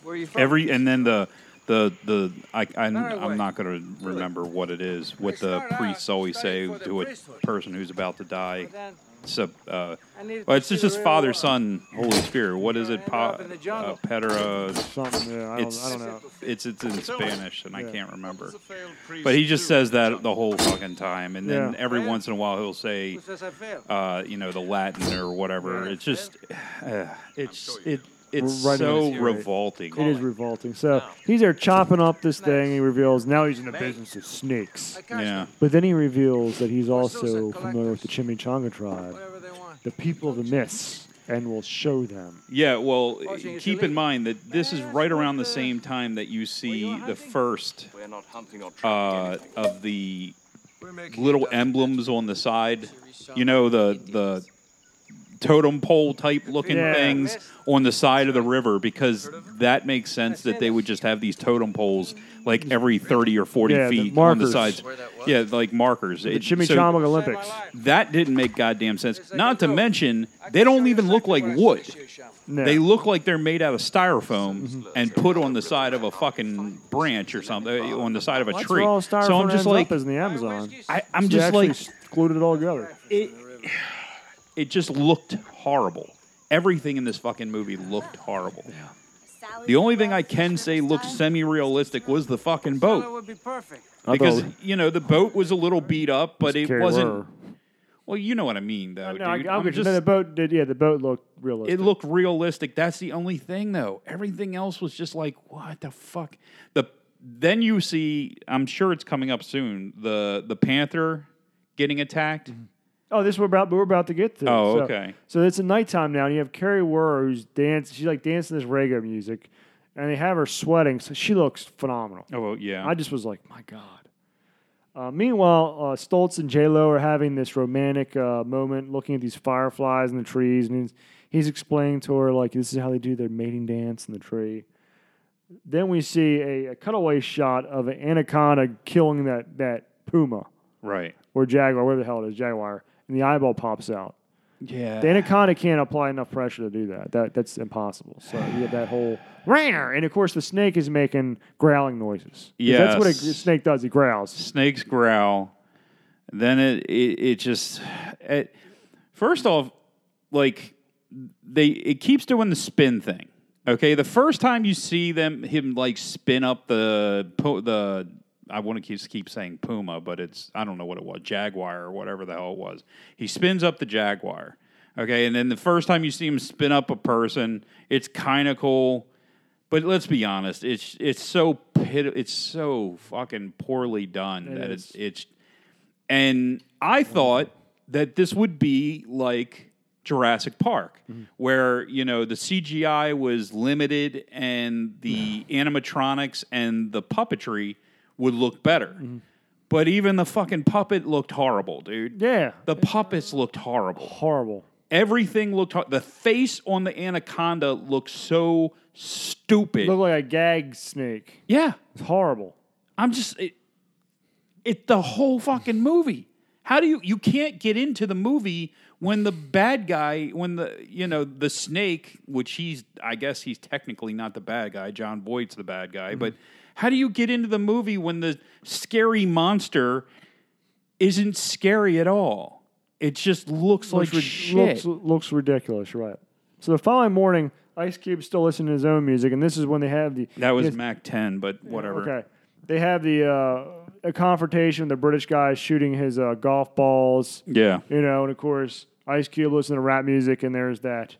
Where are you from? Every and then the the the I, I I'm way. not going to remember what it is. What the start out priests always say studying for the to a priesthood. person who's about to die. Then So, uh, I needed well, to it's just see just where Father, you are. Son, Holy Spirit. What is it? I ended Pa, up in the jungle. uh, Pedra. something. Yeah, I don't, It's I don't know. it's it's in Spanish, and I can't remember. it's a failed priest But he just too. says that the whole fucking time, and then Yeah. every once in a while he'll say, He says I failed. uh, you know, the Latin or whatever. It's just, uh, it's it it's We're writing so this here, right? revolting. It is revolting. So he's there chopping up this thing. He reveals now he's in the business of snakes. I catch Yeah. them But then he reveals that he's also Susan familiar with the Chimichanga tribe, wherever they want. the people of the myths, and will show them. Yeah, well, so you keep delete- in mind that this is right around the same time that you see the first We're not hunting or uh, of the We're making little emblems on the side. You know the the totem pole type looking Yeah. things on the side of the river because that makes sense that they would just have these totem poles like every 30 or 40 Yeah, the feet on the markers. sides. Where that was. Yeah, like markers. The It- Jimmy so Chomik Olympics. That didn't make goddamn sense. like, Not to no, mention, they don't even look like wood. No. They look like they're made out of styrofoam and put on the side of a fucking branch or something, on the side of a That's tree. where all So styrofoam I'm just ends like, up is in the Amazon. I, I'm They just actually like, glued it all together. it, it just looked horrible. Everything in this fucking movie looked horrible. The only thing I can say looked semi-realistic was the fucking That boat would be perfect. I because thought- you know the boat was a little beat up, but it Carrie wasn't. Wurr. Well, you know what I mean, though, No, I, dude. I I'm would- just- no, the boat did. Yeah, the boat looked realistic. it looked realistic. That's the only thing, though. Everything else was just like, what the fuck? The then you see, I'm sure it's coming up soon. The the panther getting attacked. Oh, this we're about we're about to get to. Oh, So- okay. So it's a nighttime now, and you have Carrie Werr who's dance. She's like dancing this reggae music, and they have her sweating. So she looks phenomenal. Oh well, yeah. I just was like, my god. Uh, meanwhile, uh, Stoltz and J Lo are having this romantic uh, moment, looking at these fireflies in the trees, and he's, he's explaining to her like this is how they do their mating dance in the tree. Then we see a, a cutaway shot of an anaconda killing that that puma right. or jaguar, whatever the hell it is, jaguar, and the eyeball pops out. Yeah. The anaconda can't apply enough pressure to do that. That that's impossible. So you have that whole "Rawr!" and of course the snake is making growling noises. 'Cause that's what a Yes. snake does. He growls. snakes growl. Then it it, it just it, first off, like they it keeps doing the spin thing. Okay, the first time you see them him like spin up the pu- the I want to keep keep saying puma, but it's I don't know what it was jaguar or whatever the hell it was. He spins up the jaguar. Okay, and then the first time you see him spin up a person, it's kind of cool. But let's be honest, it's it's so pit, it's so fucking poorly done that is. it's it's and I thought that this would be like Jurassic Park, Mm-hmm. where you know the CGI was limited and the animatronics and the puppetry would look better. Mm-hmm. But even the fucking puppet looked horrible, dude. Yeah, The puppets looked horrible. horrible. Everything looked hor- the face on the anaconda looked so stupid. Look like a gag snake. yeah, It's horrible. I'm just it, it the whole fucking movie. How do you you can't get into the movie when the bad guy when the you know the snake which he's I guess he's technically not the bad guy John Boyd's the bad Mm-hmm. guy but how do you get into the movie when the scary monster isn't scary at all? It just looks like looks, rid- looks shit. looks ridiculous, right? So the following morning, Ice Cube's still listening to his own music, and this is when they have the that was yes, Mac 10 but whatever. Okay. They have the uh, a confrontation. The British guy shooting his uh, golf balls. Yeah. You know, and of course, Ice Cube listening to rap music, and there's that.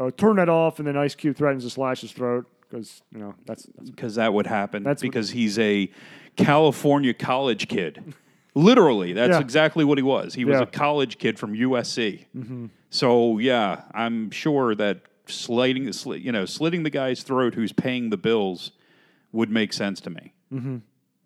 Uh, turn that off, and then Ice Cube threatens to slash his throat because you know that's, that's because that would happen. That's what- because he's a California college kid. Literally, that's Yeah. exactly what he was. He was Yeah. Mm-hmm. a college kid from USC. So yeah, I'm sure that sliding, sli- you know, slitting the guy's throat who's paying the bills would make sense to me. Mm-hmm.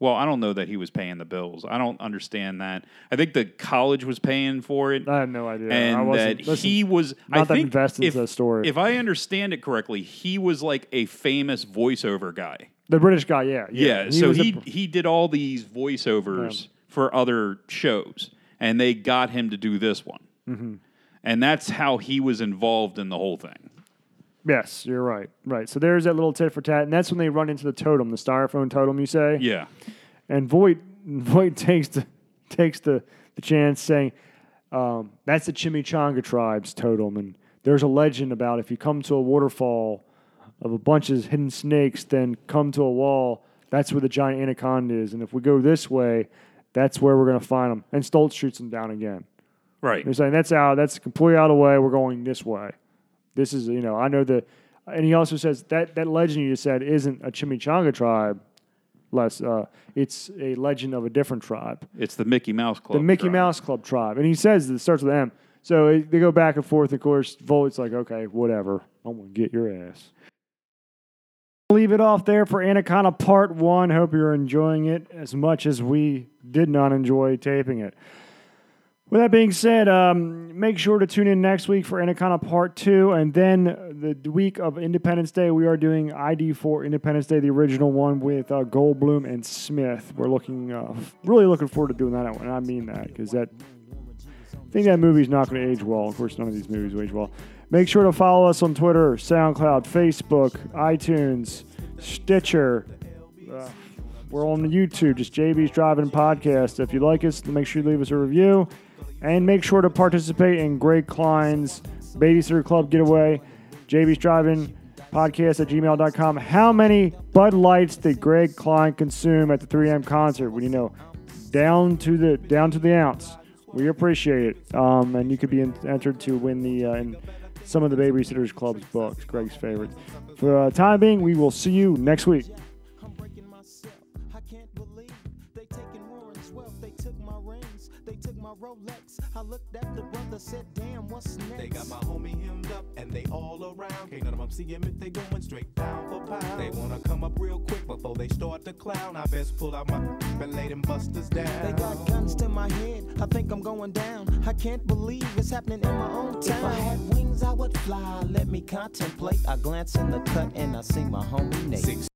Well, I don't know that he was paying the bills. I don't understand that. I think the college was paying for it I have no idea. I and wasn't, that listen, he was I not that think invested if, into the story. If I understand it correctly, he was like a famous voiceover guy. the British guy, yeah, Yeah, so was a he pr- he did all these voiceovers for other shows, and they got him to do this one, Mm-hmm. and that's how he was involved in the whole thing. yes, you're right, right. So there's that little tit for tat, and that's when they run into the totem, the styrofoam totem, you say, Yeah, and Voight Voight takes the takes the the chance, saying, um, "That's the Chimichanga tribe's totem, and there's a legend about if you come to a waterfall of a bunch of hidden snakes, then come to a wall. That's where the giant anaconda is, and if we go this way, that's where we're gonna find them." And Stoltz shoots him down again. right. They're saying that's out. That's completely out of the way. We're going this way. This is you know I know the, and he also says that that legend you just said isn't a Chimichanga tribe, less uh, it's a legend of a different tribe, It's the Mickey Mouse Club. the Mickey trial. Mouse Club tribe. And he says that it starts with M. So it, they go back and forth. Of course, Voight's like, okay, whatever. I'm gonna get your ass. Leave it off there for Anaconda Part One. Hope you're enjoying it as much as we did not enjoy taping it. With that being said, um, make sure to tune in next week for Anaconda Part 2. And then the d- week of Independence Day, we are doing ID for Independence Day, the original one with uh, Goldblum and Smith. We're looking, uh, really looking forward to doing that one. And I mean that because that, I think that movie's not going to age well. Of course, none of these movies will age well. Make sure to follow us on Twitter, SoundCloud, Facebook, iTunes, Stitcher. Uh, we're on YouTube, just JB's Driving Podcast. If you like us, make sure you leave us a review. And make sure to participate in Greg Klein's Babysitter Club giveaway, JB's Driving Podcast at gmail.com. How many Bud Lights did Greg Klein consume at the 3M concert? When you know, down to the down to the ounce. We appreciate it. Um, and you could be in, entered to win the uh, in some of the Babysitters Club's books, Greg's favorite. For the time being, we will see you next week. I'm breaking myself. I can't believe they taking Warren's wealth. They took my rings. They took my Rolex. I looked at the brother, said, "Damn, what's next?" They got my homie hemmed up and they all around. Can't none of them see him if they going straight down for pound. They wanna come up real quick before they start to clown. I best pull out my and lay them busters down. They got guns to my head. I think I'm going down. I can't believe it's happening in my own town. If I had wings, I would fly. Let me contemplate. I glance in the cut and I see my homie Nate. Six